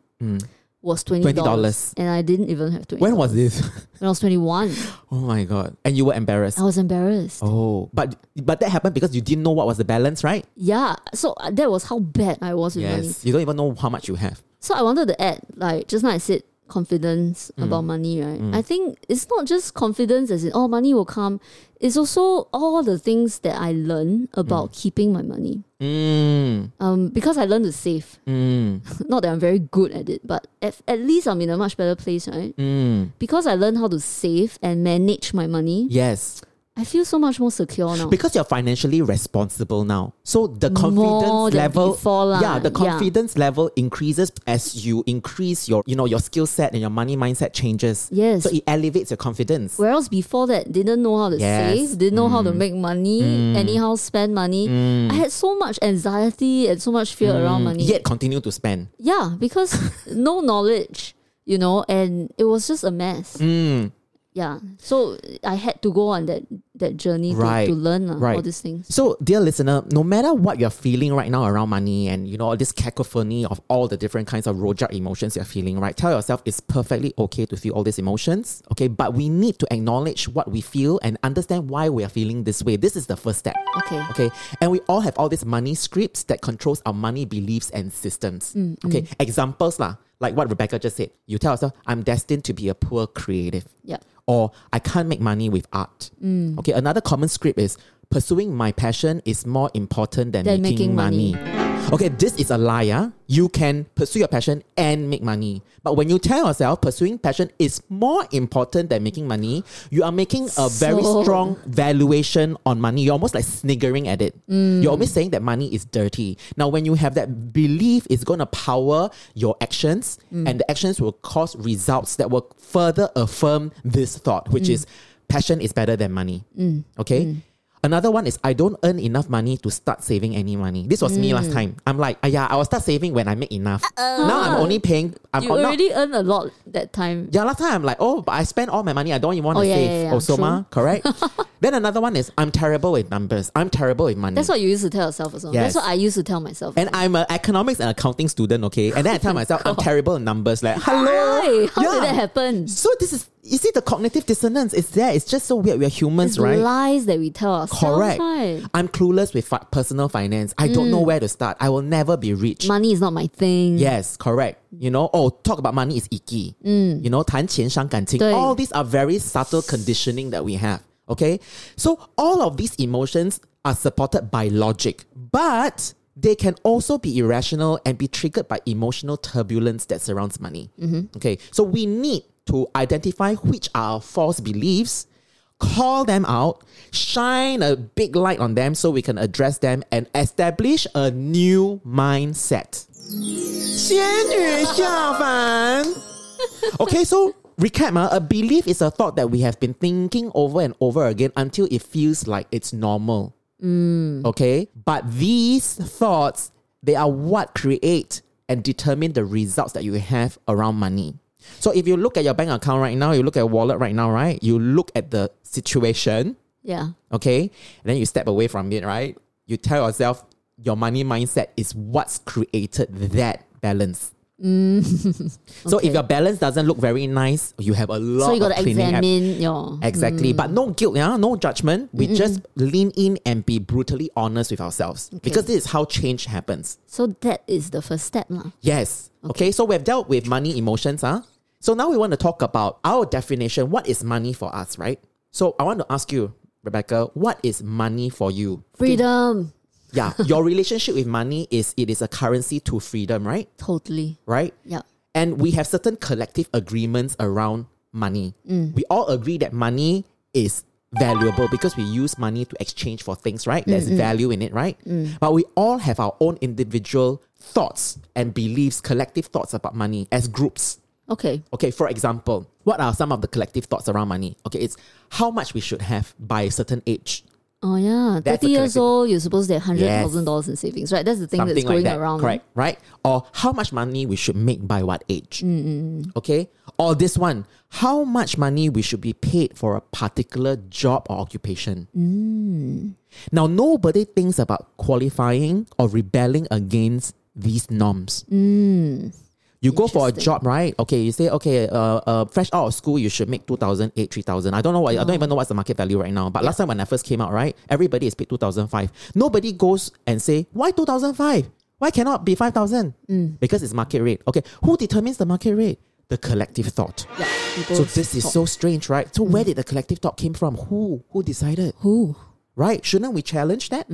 [SPEAKER 2] was $20.
[SPEAKER 1] $20.
[SPEAKER 2] And I didn't even have 20
[SPEAKER 1] When was this?
[SPEAKER 2] When I was 21,
[SPEAKER 1] Oh my god. And you were embarrassed.
[SPEAKER 2] I was embarrassed.
[SPEAKER 1] Oh, but but that happened because you didn't know what was the balance, right?
[SPEAKER 2] Yeah, so uh, that was how bad I was with money.
[SPEAKER 1] Yes. You don't even know how much you have.
[SPEAKER 2] So I wanted to add, like just now I said confidence
[SPEAKER 1] Mm.
[SPEAKER 2] about money, right? I think it's not just confidence as in oh money will come. It's also all the things that I learn about keeping my money.
[SPEAKER 1] Mm,
[SPEAKER 2] Um, because I learned to save.
[SPEAKER 1] mm,
[SPEAKER 2] Not that I'm very good at it, but at, at least I'm in a much better place, right?
[SPEAKER 1] mm.
[SPEAKER 2] Because I learned how to save and manage my money,
[SPEAKER 1] Yes.
[SPEAKER 2] I feel so much more secure now.
[SPEAKER 1] Because you're financially responsible now. So the confidence
[SPEAKER 2] More than
[SPEAKER 1] level
[SPEAKER 2] before lah.
[SPEAKER 1] Yeah, the
[SPEAKER 2] Yeah.
[SPEAKER 1] confidence level increases as you increase your you know your skill set and your money mindset changes.
[SPEAKER 2] Yes.
[SPEAKER 1] So it elevates your confidence.
[SPEAKER 2] Whereas before that, didn't know how to
[SPEAKER 1] Yes. Mm.
[SPEAKER 2] save, didn't know how to make money, anyhow spend money. I had so much anxiety and so much fear around money.
[SPEAKER 1] Mm. Yet continue to spend. Mm.
[SPEAKER 2] Yeah, because no knowledge, you know, and it was just a mess. yeah. So I had to go on that that journey
[SPEAKER 1] Right.
[SPEAKER 2] to, to learn lah, all
[SPEAKER 1] Right.
[SPEAKER 2] these things.
[SPEAKER 1] So, dear listener, no matter what you're feeling right now around money and you know all this cacophony of all the different kinds of rojak emotions you're feeling, right? Tell yourself it's perfectly okay to feel all these emotions, okay? But we need to acknowledge what we feel and understand why we are feeling this way. This is the first step.
[SPEAKER 2] Okay.
[SPEAKER 1] Okay. And we all have all these money scripts that controls our money beliefs and systems.
[SPEAKER 2] Mm,
[SPEAKER 1] okay. Examples lah, like what Rebecca just said. You tell yourself, I'm destined to be a poor creative
[SPEAKER 2] Yeah. Mm.
[SPEAKER 1] or I can't make money with art. Okay, another common script is pursuing my passion is more important than,
[SPEAKER 2] Than
[SPEAKER 1] making,
[SPEAKER 2] making
[SPEAKER 1] money.
[SPEAKER 2] money.
[SPEAKER 1] Okay, this is a lie. ah. You can pursue your passion and make money. But when you tell yourself pursuing passion is more important than making money, you are making a very
[SPEAKER 2] So-
[SPEAKER 1] strong valuation on money. You're almost like sniggering at it.
[SPEAKER 2] Mm.
[SPEAKER 1] You're almost saying that money is dirty. Now, when you have that belief, it's going to power your actions,
[SPEAKER 2] Mm.
[SPEAKER 1] and the actions will cause results that will further affirm this thought,
[SPEAKER 2] Mm.
[SPEAKER 1] which is passion is better than money. Okay? Another one is I don't earn enough money to start saving any money. This was me last
[SPEAKER 2] Mm.
[SPEAKER 1] time. I'm like, yeah, I will start saving when I make enough. Now I'm only paying. I'm
[SPEAKER 2] You
[SPEAKER 1] oh, now-
[SPEAKER 2] already earn a lot that time.
[SPEAKER 1] yeah, last time I'm like, oh, but I spend all my money. I don't even want to
[SPEAKER 2] Oh, yeah,
[SPEAKER 1] save.
[SPEAKER 2] yeah, yeah,
[SPEAKER 1] Also,
[SPEAKER 2] true.
[SPEAKER 1] ma, correct? then another one is I'm terrible with numbers. I'm terrible with money.
[SPEAKER 2] That's what you used to tell yourself as well.
[SPEAKER 1] Yes.
[SPEAKER 2] That's what I used to tell myself.
[SPEAKER 1] and I'm an economics and accounting student, okay? And then I tell myself I'm terrible in numbers. Like, hello.
[SPEAKER 2] Why? How
[SPEAKER 1] Yeah.
[SPEAKER 2] did that happen?
[SPEAKER 1] So this is you see the cognitive dissonance is there. It's just so weird. We're humans,
[SPEAKER 2] It's
[SPEAKER 1] right?
[SPEAKER 2] lies that we tell ourselves.
[SPEAKER 1] Correct.
[SPEAKER 2] right?
[SPEAKER 1] I'm clueless with fi- personal finance. I don't know where to start. I will never be rich.
[SPEAKER 2] Mm. Money is not my thing.
[SPEAKER 1] Yes, correct. You know, oh, talk about money is icky.
[SPEAKER 2] Mm.
[SPEAKER 1] You know, 谈钱伤感情.
[SPEAKER 2] 对。
[SPEAKER 1] All these are very subtle conditioning that we have. Okay? So all of these emotions are supported by logic, but they can also be irrational and be triggered by emotional turbulence that surrounds money. Okay? So we need to identify which are our false beliefs, call them out, shine a big light on them so we can address them and establish a new mindset. 仙女下凡。okay, so recap, ah, a belief is a thought that we have been thinking over and over again until it feels like it's normal. Okay, but these thoughts they are what create and determine the results that you have around money. So if you look at your bank account right now, you look at your wallet right now, right? You look at the situation,
[SPEAKER 2] Yeah.
[SPEAKER 1] okay? And then you step away from it, right? You tell yourself your money mindset is what's created that balance. so if your balance doesn't look very nice, you have a lot
[SPEAKER 2] Mm. So you
[SPEAKER 1] of
[SPEAKER 2] got to
[SPEAKER 1] cleaning up.
[SPEAKER 2] examine Mm. your.
[SPEAKER 1] Exactly. But no guilt, yeah? no judgment. We just lean in and be brutally honest with ourselves because this is how change happens.
[SPEAKER 2] So that is the first step. lah.
[SPEAKER 1] Yes. Okay. so we've dealt with money emotions, huh? So now we want to talk about our definition. What is money for us, right? So I want to ask you, Rebecca, what is money for you?
[SPEAKER 2] Freedom.
[SPEAKER 1] Yeah. your relationship with money is it is a currency to freedom, right?
[SPEAKER 2] Totally.
[SPEAKER 1] Right?
[SPEAKER 2] Yeah.
[SPEAKER 1] And we have certain collective agreements around money. We all agree that money is valuable because we use money to exchange for things, right? There's value in it, right? But we all have our own individual thoughts and beliefs, collective thoughts about money as groups.
[SPEAKER 2] Okay.
[SPEAKER 1] Okay, for example, what are some of the collective thoughts around money? Okay, it's how much we should have by a certain age.
[SPEAKER 2] Oh yeah.
[SPEAKER 1] That's
[SPEAKER 2] Thirty
[SPEAKER 1] a
[SPEAKER 2] years
[SPEAKER 1] collective-
[SPEAKER 2] old, you're supposed to have hundred thousand dollars in savings, right? That's the thing that's going around.
[SPEAKER 1] Correct, right? Or how much money we should make by what age?
[SPEAKER 2] Mm,
[SPEAKER 1] Okay. Or this one, how much money we should be paid for a particular job or occupation.
[SPEAKER 2] Mm.
[SPEAKER 1] Now, nobody thinks about qualifying or rebelling against these norms.
[SPEAKER 2] Mm.
[SPEAKER 1] You go for a job, right? Okay, you say, okay, uh, uh, fresh out of school, you should make 2,008, 3,000. I don't know what, I don't even know what's the market value right now. But last time when I first came out, right, everybody is paid 2,005. Nobody goes and say, why 2,005? Why cannot be 5,000? Because it's market rate. Okay, who determines the market rate? The collective thought.
[SPEAKER 2] Yeah. People
[SPEAKER 1] So this is so strange, right? So where did the collective thought came from? Who? Who decided?
[SPEAKER 2] Who?
[SPEAKER 1] right? Shouldn't we challenge that?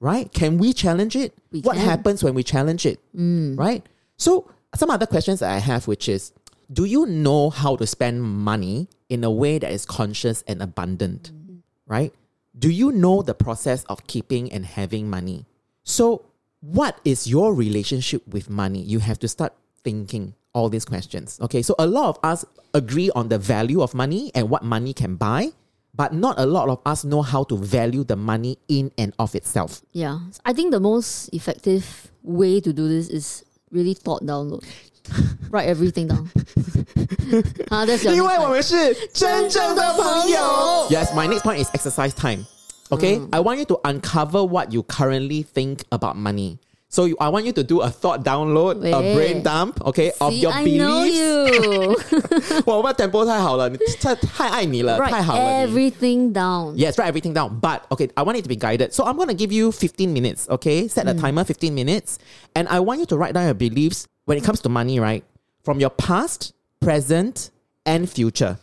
[SPEAKER 1] Right? Can we challenge it?
[SPEAKER 2] Mm. We
[SPEAKER 1] what
[SPEAKER 2] can. Mm.
[SPEAKER 1] happens when we challenge it? Right? So, some other questions that I have, which is do you know how to spend money in a way that is conscious and abundant?
[SPEAKER 2] Mm-hmm.
[SPEAKER 1] Right? Do you know the process of keeping and having money? So, what is your relationship with money? You have to start thinking all these questions. Okay, so a lot of us agree on the value of money and what money can buy, but not a lot of us know how to value the money in and of itself.
[SPEAKER 2] Yeah. I think the most effective way to do this is really thought download. Write everything down. 好，that's your
[SPEAKER 1] 因
[SPEAKER 2] next
[SPEAKER 1] 为
[SPEAKER 2] one.
[SPEAKER 1] 我们是真正的朋友。Yes, my next point is exercise time. Okay, I want you to uncover what you currently think about money. So you, I want you to do a thought download, a
[SPEAKER 2] Wait.
[SPEAKER 1] brain dump, okay, of
[SPEAKER 2] See,
[SPEAKER 1] your
[SPEAKER 2] I know
[SPEAKER 1] beliefs.
[SPEAKER 2] you.
[SPEAKER 1] 我们 tempo 太好了，太太爱你了，
[SPEAKER 2] Write
[SPEAKER 1] 太好了你。
[SPEAKER 2] everything down.
[SPEAKER 1] Yes, write everything down. But okay, I want it to be guided. So I'm gonna give you 15 minutes, okay? Set a timer, 15 minutes. And I want you to write down your beliefs when it comes to money, right? From your past, present, and future.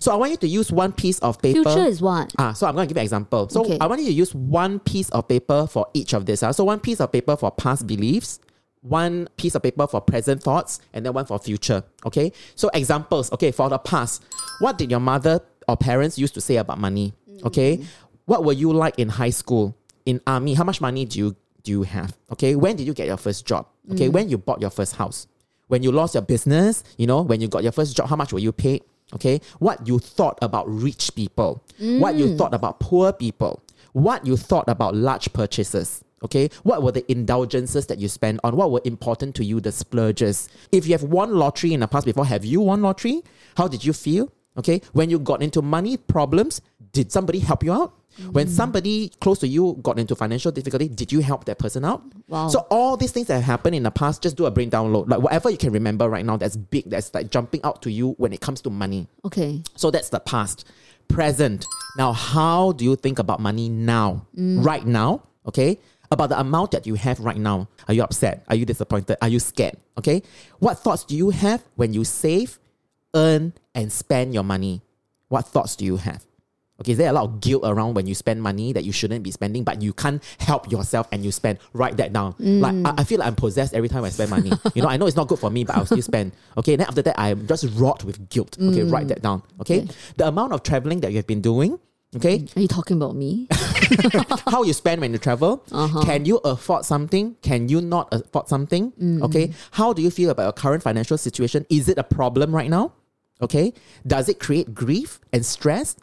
[SPEAKER 1] So I want you to use one piece of paper.
[SPEAKER 2] Future is what?
[SPEAKER 1] Ah, so I'm going to give you an example. So
[SPEAKER 2] Okay.
[SPEAKER 1] I want you to use one piece of paper for each of this. ah. So one piece of paper for past beliefs, one piece of paper for present thoughts, and then one for future. Okay. So examples. Okay, for the past, what did your mother or parents used to say about money? Okay. What were you like in high school? In army, how much money do you do you have? Okay. When did you get your first job? Okay. When you bought your first house? when you lost your business, you know, when you got your first job, how much were you paid? Okay. What you thought about rich people, what you thought about poor people, what you thought about large purchases. Okay. What were the indulgences that you spent on? What were important to you, the splurges? If you have won lottery in the past before, have you won lottery? How did you feel? Okay. When you got into money problems, did somebody help you out? When somebody close to you got into financial difficulty, did you help that person out?
[SPEAKER 2] Wow.
[SPEAKER 1] So all these things that have happened in the past, just do a brain download. Like whatever you can remember right now that's big, that's like jumping out to you when it comes to money.
[SPEAKER 2] Okay.
[SPEAKER 1] So that's the past. Present. Now, how do you think about money now? Right now, okay? About the amount that you have right now. Are you upset? Are you disappointed? Are you scared? Okay? What thoughts do you have when you save, earn, and spend your money? What thoughts do you have? Okay, is there a lot of guilt around when you spend money that you shouldn't be spending, but you can't help yourself and you spend? Write that down. Like I, I feel like I'm possessed every time I spend money. you know, I know it's not good for me, but I'll still spend. Okay, then after that I'm just wrought with guilt. Okay, write that down. Okay? the amount of traveling that you have been doing. Okay,
[SPEAKER 2] Are you talking about me?
[SPEAKER 1] how you spend when you travel. Can you afford something? Can you not afford something? Okay. How do you feel about your current financial situation? Is it a problem right now? Okay. Does it create grief and stress?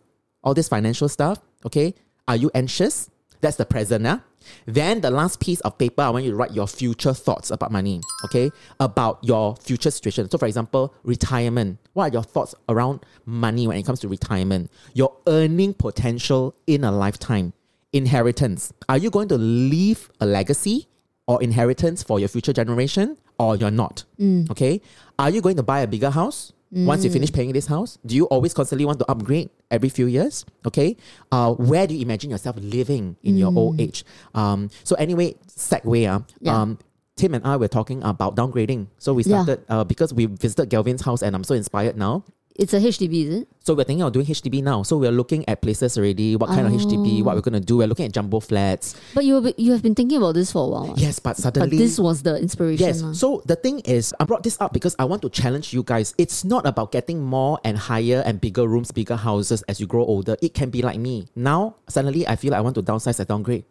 [SPEAKER 1] All this financial stuff. Okay. Are you anxious? That's the present. Huh? Then the last piece of paper, I want you to write your future thoughts about money. Okay. About your future situation. So, for example, retirement. What are your thoughts around money when it comes to retirement? Your earning potential in a lifetime inheritance. Are you going to leave a legacy or inheritance for your future generation or you're not?
[SPEAKER 2] Mm.
[SPEAKER 1] Okay. Are you going to buy a bigger house? Once you finish paying this house, do you always constantly want to upgrade every few years? Okay. Uh, where do you imagine yourself living in your old age? Um, so, anyway, segue. Uh,
[SPEAKER 2] Mm. Yeah.
[SPEAKER 1] um, Tim and I were talking about downgrading. So, we
[SPEAKER 2] Yeah.
[SPEAKER 1] started uh, because we visited Galvin's house and I'm so inspired now.
[SPEAKER 2] It's a HDB, is it?
[SPEAKER 1] So we're thinking of doing HDB now. So we're looking at places already. What kind of HDB? What we're gonna do? We're looking at jumbo flats.
[SPEAKER 2] But you have been- you have been thinking about this for a while. ah.
[SPEAKER 1] Yes, but suddenly
[SPEAKER 2] But this was the inspiration.
[SPEAKER 1] Yes.
[SPEAKER 2] lah.
[SPEAKER 1] So the thing is, I brought this up because I want to challenge you guys. It's not about getting more and higher and bigger rooms, bigger houses as you grow older. It can be like me. Now, suddenly I feel like I want to downsize and downgrade.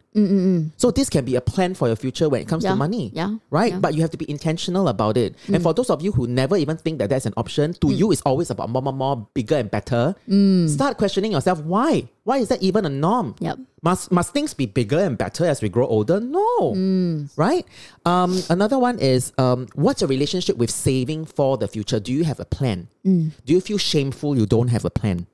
[SPEAKER 1] So this can be a plan for your future when it comes to
[SPEAKER 2] Mm, Yeah.
[SPEAKER 1] money.
[SPEAKER 2] Yeah.
[SPEAKER 1] Right?
[SPEAKER 2] Yeah. Mm.
[SPEAKER 1] But you have to be intentional about it. And for those of you who never even think that that's an option, to you it's always about more, more, more, bigger and better.
[SPEAKER 2] Mm.
[SPEAKER 1] Start questioning yourself why? Why is that even a norm?
[SPEAKER 2] Yep.
[SPEAKER 1] Must must things be bigger and better as we grow older? No.
[SPEAKER 2] Mm.
[SPEAKER 1] Right? Um, another one is um, what's your relationship with saving for the future? Do you have a plan?
[SPEAKER 2] Mm.
[SPEAKER 1] Do you feel shameful you don't have a plan?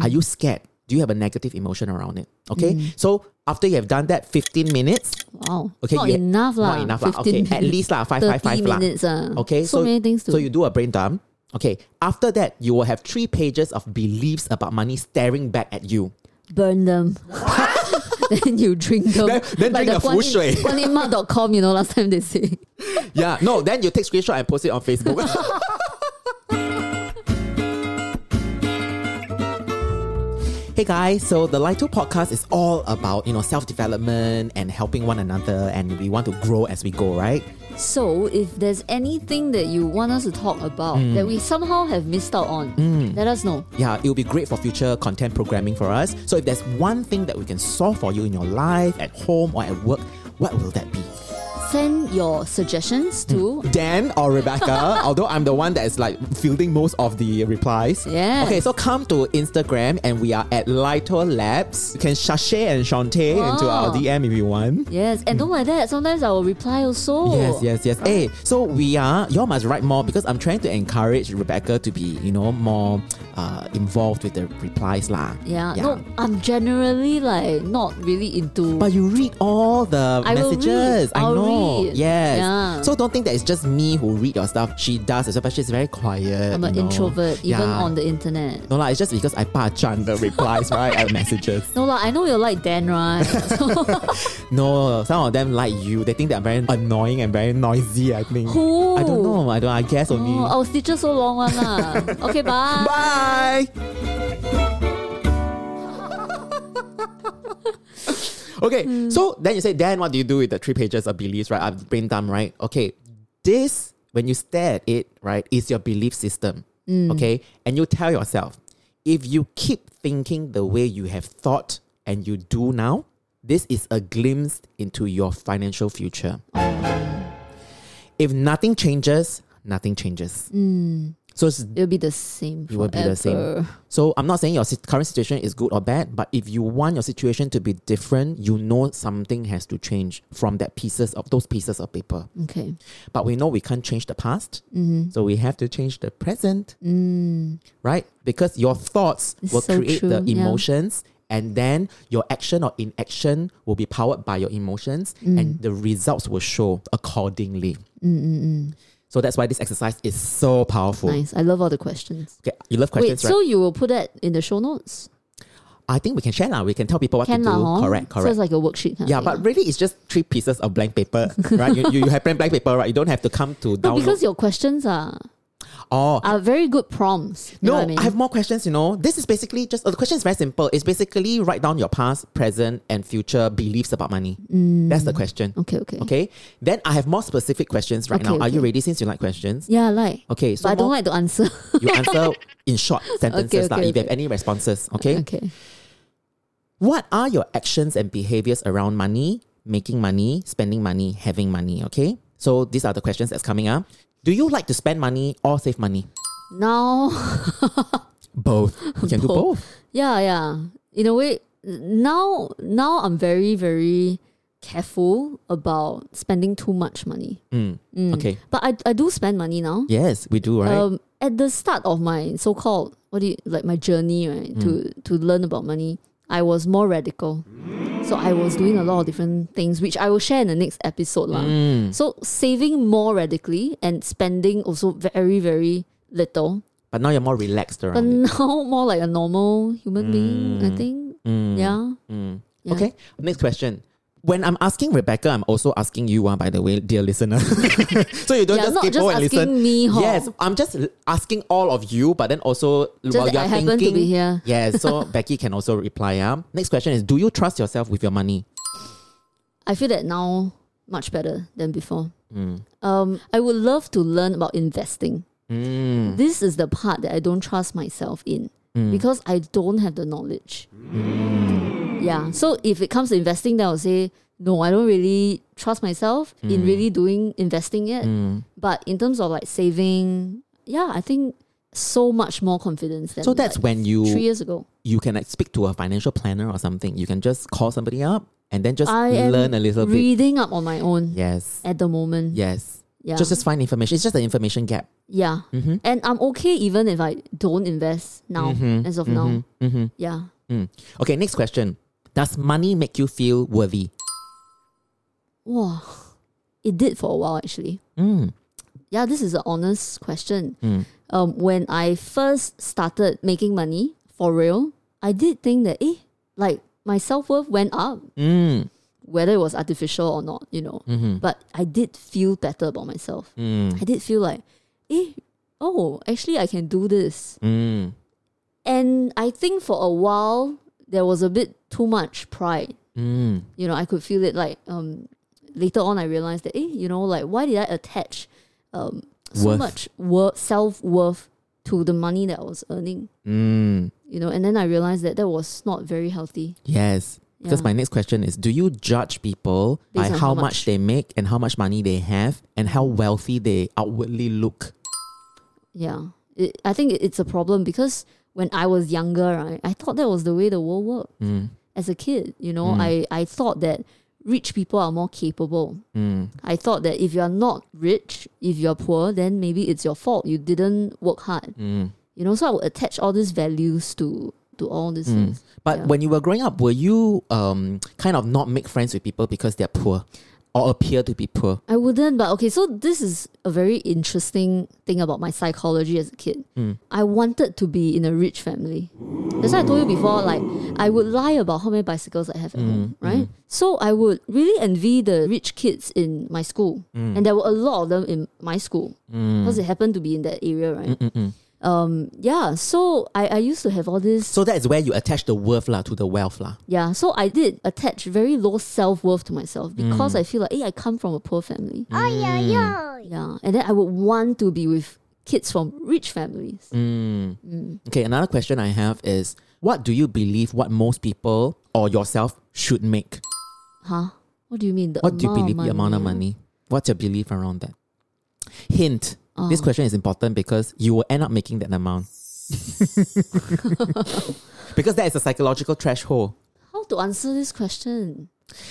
[SPEAKER 1] Are you scared? Do you have a negative emotion around it? Okay.
[SPEAKER 2] Mm.
[SPEAKER 1] So after you have done that 15 minutes,
[SPEAKER 2] Wow.
[SPEAKER 1] Okay,
[SPEAKER 2] Not
[SPEAKER 1] you-
[SPEAKER 2] enough lah.
[SPEAKER 1] not enough lah.
[SPEAKER 2] 15
[SPEAKER 1] Okay, at
[SPEAKER 2] minutes,
[SPEAKER 1] least lah, five,
[SPEAKER 2] 30
[SPEAKER 1] five, five lah.
[SPEAKER 2] minutes ah.
[SPEAKER 1] Okay,
[SPEAKER 2] So, many things to.
[SPEAKER 1] So you do a brain dump. Okay, after that, you will have three pages of beliefs about money staring back at you.
[SPEAKER 2] burn them. then you drink them.
[SPEAKER 1] Then- then drink the feng shui.
[SPEAKER 2] Guanyin.com, you know, last time they say.
[SPEAKER 1] Yeah, no, then you take screenshot and post it on Facebook. Hey guys, so the Light 2 podcast is all about, you know, self-development and helping one another and we want to grow as we go, right?
[SPEAKER 2] So if there's anything that you want us to talk about that we somehow have missed out on, let us know.
[SPEAKER 1] yeah, it will be great for future content programming for us. So if there's one thing that we can solve for you in your life, at home or at work, what will that be?
[SPEAKER 2] send your suggestions to
[SPEAKER 1] Dan or Rebecca, although I'm the one that is like fielding most of the replies.
[SPEAKER 2] Yes.
[SPEAKER 1] Okay, so come to Instagram and we are at Lito Labs. You can sashay and Shantae into our
[SPEAKER 2] Wow.
[SPEAKER 1] DM if you want.
[SPEAKER 2] Yes, and don't like that. Sometimes I will reply also.
[SPEAKER 1] Yes, yes, yes. Hey, so we are, y'all must write more because I'm trying to encourage Rebecca to be, you know, more uh, involved with the replies lah.
[SPEAKER 2] Yeah, no, I'm generally like not really into.
[SPEAKER 1] But you read all the
[SPEAKER 2] I will
[SPEAKER 1] messages.
[SPEAKER 2] read.
[SPEAKER 1] I
[SPEAKER 2] I'll
[SPEAKER 1] know.
[SPEAKER 2] read.
[SPEAKER 1] Yes.
[SPEAKER 2] Yeah.
[SPEAKER 1] So don't think that it's just me who read your stuff. She does as well, but she's very quiet.
[SPEAKER 2] I'm an
[SPEAKER 1] you know.
[SPEAKER 2] introvert, even
[SPEAKER 1] Yeah.
[SPEAKER 2] on the internet.
[SPEAKER 1] No, lah. it's just because I bachan the replies, right? And messages.
[SPEAKER 2] No, lah, I know you're like Dan, right?
[SPEAKER 1] No, some of them like you. They think that I'm very annoying and very noisy, I think.
[SPEAKER 2] Who?
[SPEAKER 1] I don't know. I don't I guess only.
[SPEAKER 2] oh, our stitches so long, one lah. Okay, bye.
[SPEAKER 1] Bye. okay, so then you say, Dan, what do you do with the three pages of beliefs, right? I've brain dump, right? Okay, this, when you stare at it, right, is your belief system, okay? And you tell yourself, if you keep thinking the way you have thought and you do now, this is a glimpse into your financial future. If nothing changes, nothing changes.
[SPEAKER 2] Mm.
[SPEAKER 1] So it's
[SPEAKER 2] It'll be the same.
[SPEAKER 1] it will be the same.
[SPEAKER 2] forever.
[SPEAKER 1] So I'm not saying your sit- current situation is good or bad, but if you want your situation to be different, you know something has to change from that pieces of those pieces of paper.
[SPEAKER 2] Okay. Mm-hmm.
[SPEAKER 1] But we know we can't change the past, so we have to change the present, right? Because your thoughts
[SPEAKER 2] It's
[SPEAKER 1] will
[SPEAKER 2] so
[SPEAKER 1] create the
[SPEAKER 2] true, yeah.
[SPEAKER 1] emotions. And then your action or inaction will be powered by your emotions,
[SPEAKER 2] Mm.
[SPEAKER 1] and the results will show accordingly. So that's why this exercise is so powerful.
[SPEAKER 2] Mm-hmm. Nice. I love all the questions.
[SPEAKER 1] Okay, you love
[SPEAKER 2] Wait,
[SPEAKER 1] questions, right?
[SPEAKER 2] so you will put that in the show notes?
[SPEAKER 1] I think we can share now. We can tell people what to
[SPEAKER 2] Can
[SPEAKER 1] do.
[SPEAKER 2] lah, hor?
[SPEAKER 1] Correct,
[SPEAKER 2] So
[SPEAKER 1] correct.
[SPEAKER 2] it's like a worksheet. kind of
[SPEAKER 1] yeah,
[SPEAKER 2] thing,
[SPEAKER 1] but really, it's just three pieces of blank paper, right? you, you, you have blank blank paper, right? You don't have to come to
[SPEAKER 2] No,
[SPEAKER 1] download.
[SPEAKER 2] because your questions are
[SPEAKER 1] oh,
[SPEAKER 2] are very good prompts. You
[SPEAKER 1] no,
[SPEAKER 2] know what I
[SPEAKER 1] I,
[SPEAKER 2] mean?
[SPEAKER 1] have more questions. You know, this is basically just uh, the question is very simple. It's basically write down your past, present, and future beliefs about money.
[SPEAKER 2] Mm.
[SPEAKER 1] That's the question.
[SPEAKER 2] okay, okay,
[SPEAKER 1] Okay. Then I have more specific questions right now.
[SPEAKER 2] Okay,
[SPEAKER 1] Are you
[SPEAKER 2] okay.
[SPEAKER 1] ready? Since you like questions,
[SPEAKER 2] Yeah, I like.
[SPEAKER 1] okay. So
[SPEAKER 2] but I don't
[SPEAKER 1] more-
[SPEAKER 2] like to answer.
[SPEAKER 1] you answer in short sentences. lah,
[SPEAKER 2] okay,
[SPEAKER 1] if you have any responses, okay.
[SPEAKER 2] okay.
[SPEAKER 1] What are your actions and behaviors around money, making money, spending money, having money? Okay. So these are the questions that's coming up. Do you like to spend money or save money?
[SPEAKER 2] Now,
[SPEAKER 1] Both. You can do
[SPEAKER 2] Both.
[SPEAKER 1] both.
[SPEAKER 2] yeah, yeah. In a way, now, now I'm very, very careful about spending too much money. Mm.
[SPEAKER 1] Okay.
[SPEAKER 2] But I, I do spend money now.
[SPEAKER 1] Yes, we do, right?
[SPEAKER 2] Um, at the start of my so-called what do you like my journey right to
[SPEAKER 1] Mm.
[SPEAKER 2] to learn about money, I was more radical. So I was doing a lot of different things, which I will share in the next episode lah.
[SPEAKER 1] Mm.
[SPEAKER 2] So saving more radically and spending also very very little,
[SPEAKER 1] but now you're more relaxed
[SPEAKER 2] but
[SPEAKER 1] around it.
[SPEAKER 2] now more like a normal human being.
[SPEAKER 1] Mm.
[SPEAKER 2] I think yeah. yeah.
[SPEAKER 1] Okay. Next question. When I'm asking Rebecca, I'm also asking you, uh, by the way, dear listener. so you don't
[SPEAKER 2] Yeah,
[SPEAKER 1] just
[SPEAKER 2] not
[SPEAKER 1] skip
[SPEAKER 2] just
[SPEAKER 1] over and
[SPEAKER 2] asking
[SPEAKER 1] listen.
[SPEAKER 2] me, hor.
[SPEAKER 1] Yes, I'm just l- asking all of you, but then also while
[SPEAKER 2] that
[SPEAKER 1] you're
[SPEAKER 2] I happen to
[SPEAKER 1] thinking.
[SPEAKER 2] be here.
[SPEAKER 1] Yes, so Becky can also reply. Um, next question is: Do you trust yourself with your money?
[SPEAKER 2] I feel that now much better than before.
[SPEAKER 1] Mm.
[SPEAKER 2] Um, I would love to learn about investing.
[SPEAKER 1] Mm.
[SPEAKER 2] This is the part that I don't trust myself in because I don't have the knowledge.
[SPEAKER 1] Mm.
[SPEAKER 2] Yeah. So if it comes to investing, then I'll say, no, I don't really trust myself
[SPEAKER 1] Mm.
[SPEAKER 2] in really doing investing yet. But in terms of like saving, yeah, I think so much more confidence than
[SPEAKER 1] So that's
[SPEAKER 2] like
[SPEAKER 1] when you
[SPEAKER 2] three years ago.
[SPEAKER 1] you can like speak to a financial planner or something. You can just call somebody up and then just
[SPEAKER 2] I am
[SPEAKER 1] learn a little bit.
[SPEAKER 2] reading up on my own
[SPEAKER 1] Yes,
[SPEAKER 2] at the moment.
[SPEAKER 1] yes.
[SPEAKER 2] Yeah.
[SPEAKER 1] Just just find information. It's just an information gap.
[SPEAKER 2] Yeah. And I'm okay even if I don't invest now, as of now. Yeah.
[SPEAKER 1] Mm. Okay, next question: Does money make you feel worthy?
[SPEAKER 2] Wow. It did for a while, actually.
[SPEAKER 1] Mm,
[SPEAKER 2] Yeah, this is an honest question. Um, when I first started making money for real, I did think that, eh, like my self worth went up,
[SPEAKER 1] Mm.
[SPEAKER 2] whether it was artificial or not, you know. But I did feel better about myself. I did feel like, eh, oh, actually, I can do this.
[SPEAKER 1] Mm.
[SPEAKER 2] And I think for a while there was a bit too much pride.
[SPEAKER 1] Mm.
[SPEAKER 2] You know, I could feel it like um later on I realized that eh, you know, like why did I attach um so
[SPEAKER 1] Worth.
[SPEAKER 2] much worth self worth to the money that I was earning?
[SPEAKER 1] Mm.
[SPEAKER 2] You know, and then I realized that that was not very healthy.
[SPEAKER 1] Yes. Because my next question is Do you judge people by
[SPEAKER 2] Based
[SPEAKER 1] how,
[SPEAKER 2] on how
[SPEAKER 1] much,
[SPEAKER 2] much?
[SPEAKER 1] they make and how much money they have and how wealthy they outwardly look?
[SPEAKER 2] Yeah. It, I think it- it's a problem because when I was younger, right, I thought that was the way the world worked. As a kid, you know, I, I thought that rich people are more capable. I thought that if you are not rich, if you're poor, then maybe it's your fault. You didn't work hard. You know, so I would attach all these values to to all these things.
[SPEAKER 1] But
[SPEAKER 2] Yeah.
[SPEAKER 1] when you were growing up, were you um, kind of not make friends with people because they're poor or appear to be poor?
[SPEAKER 2] I wouldn't, but okay, so this is a very interesting thing about my psychology as a kid. I wanted to be in a rich family. That's why I told you before, like, I would lie about how many bicycles I have at home, right? So I would really envy the rich kids in my school. And there were a lot of them in my school because it happened to be in that area, right? Um, yeah, so I, I used to have all this.
[SPEAKER 1] So that is where you attach the worth lah to the wealth lah.
[SPEAKER 2] Yeah, so I did attach very low self worth to myself because I feel like, hey, I come from a poor family. Yeah, and then I would want to be with kids from rich families. Mm.
[SPEAKER 1] Okay, another question I have is what do you believe what most people or yourself should make?
[SPEAKER 2] Huh? What do you mean? The
[SPEAKER 1] What do you
[SPEAKER 2] amount of
[SPEAKER 1] believe the amount of money? What's your belief around that? Hint.
[SPEAKER 2] Oh.
[SPEAKER 1] This question is important because you will end up making that amount. because that is a psychological threshold.
[SPEAKER 2] How to answer this question?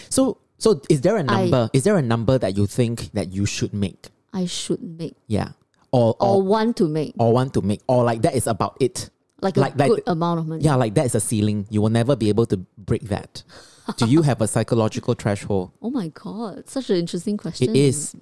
[SPEAKER 1] So so is there a
[SPEAKER 2] I-
[SPEAKER 1] number? is there a number that you think that you should make?
[SPEAKER 2] I should make
[SPEAKER 1] Yeah. Or
[SPEAKER 2] or,
[SPEAKER 1] or,
[SPEAKER 2] want to make
[SPEAKER 1] or want to make. Or like that is about it.
[SPEAKER 2] like a
[SPEAKER 1] like that-
[SPEAKER 2] good amount of money.
[SPEAKER 1] Yeah, like that is a ceiling. You will never be able to break that. do you have a psychological threshold?
[SPEAKER 2] Oh my god, such an interesting question.
[SPEAKER 1] It is.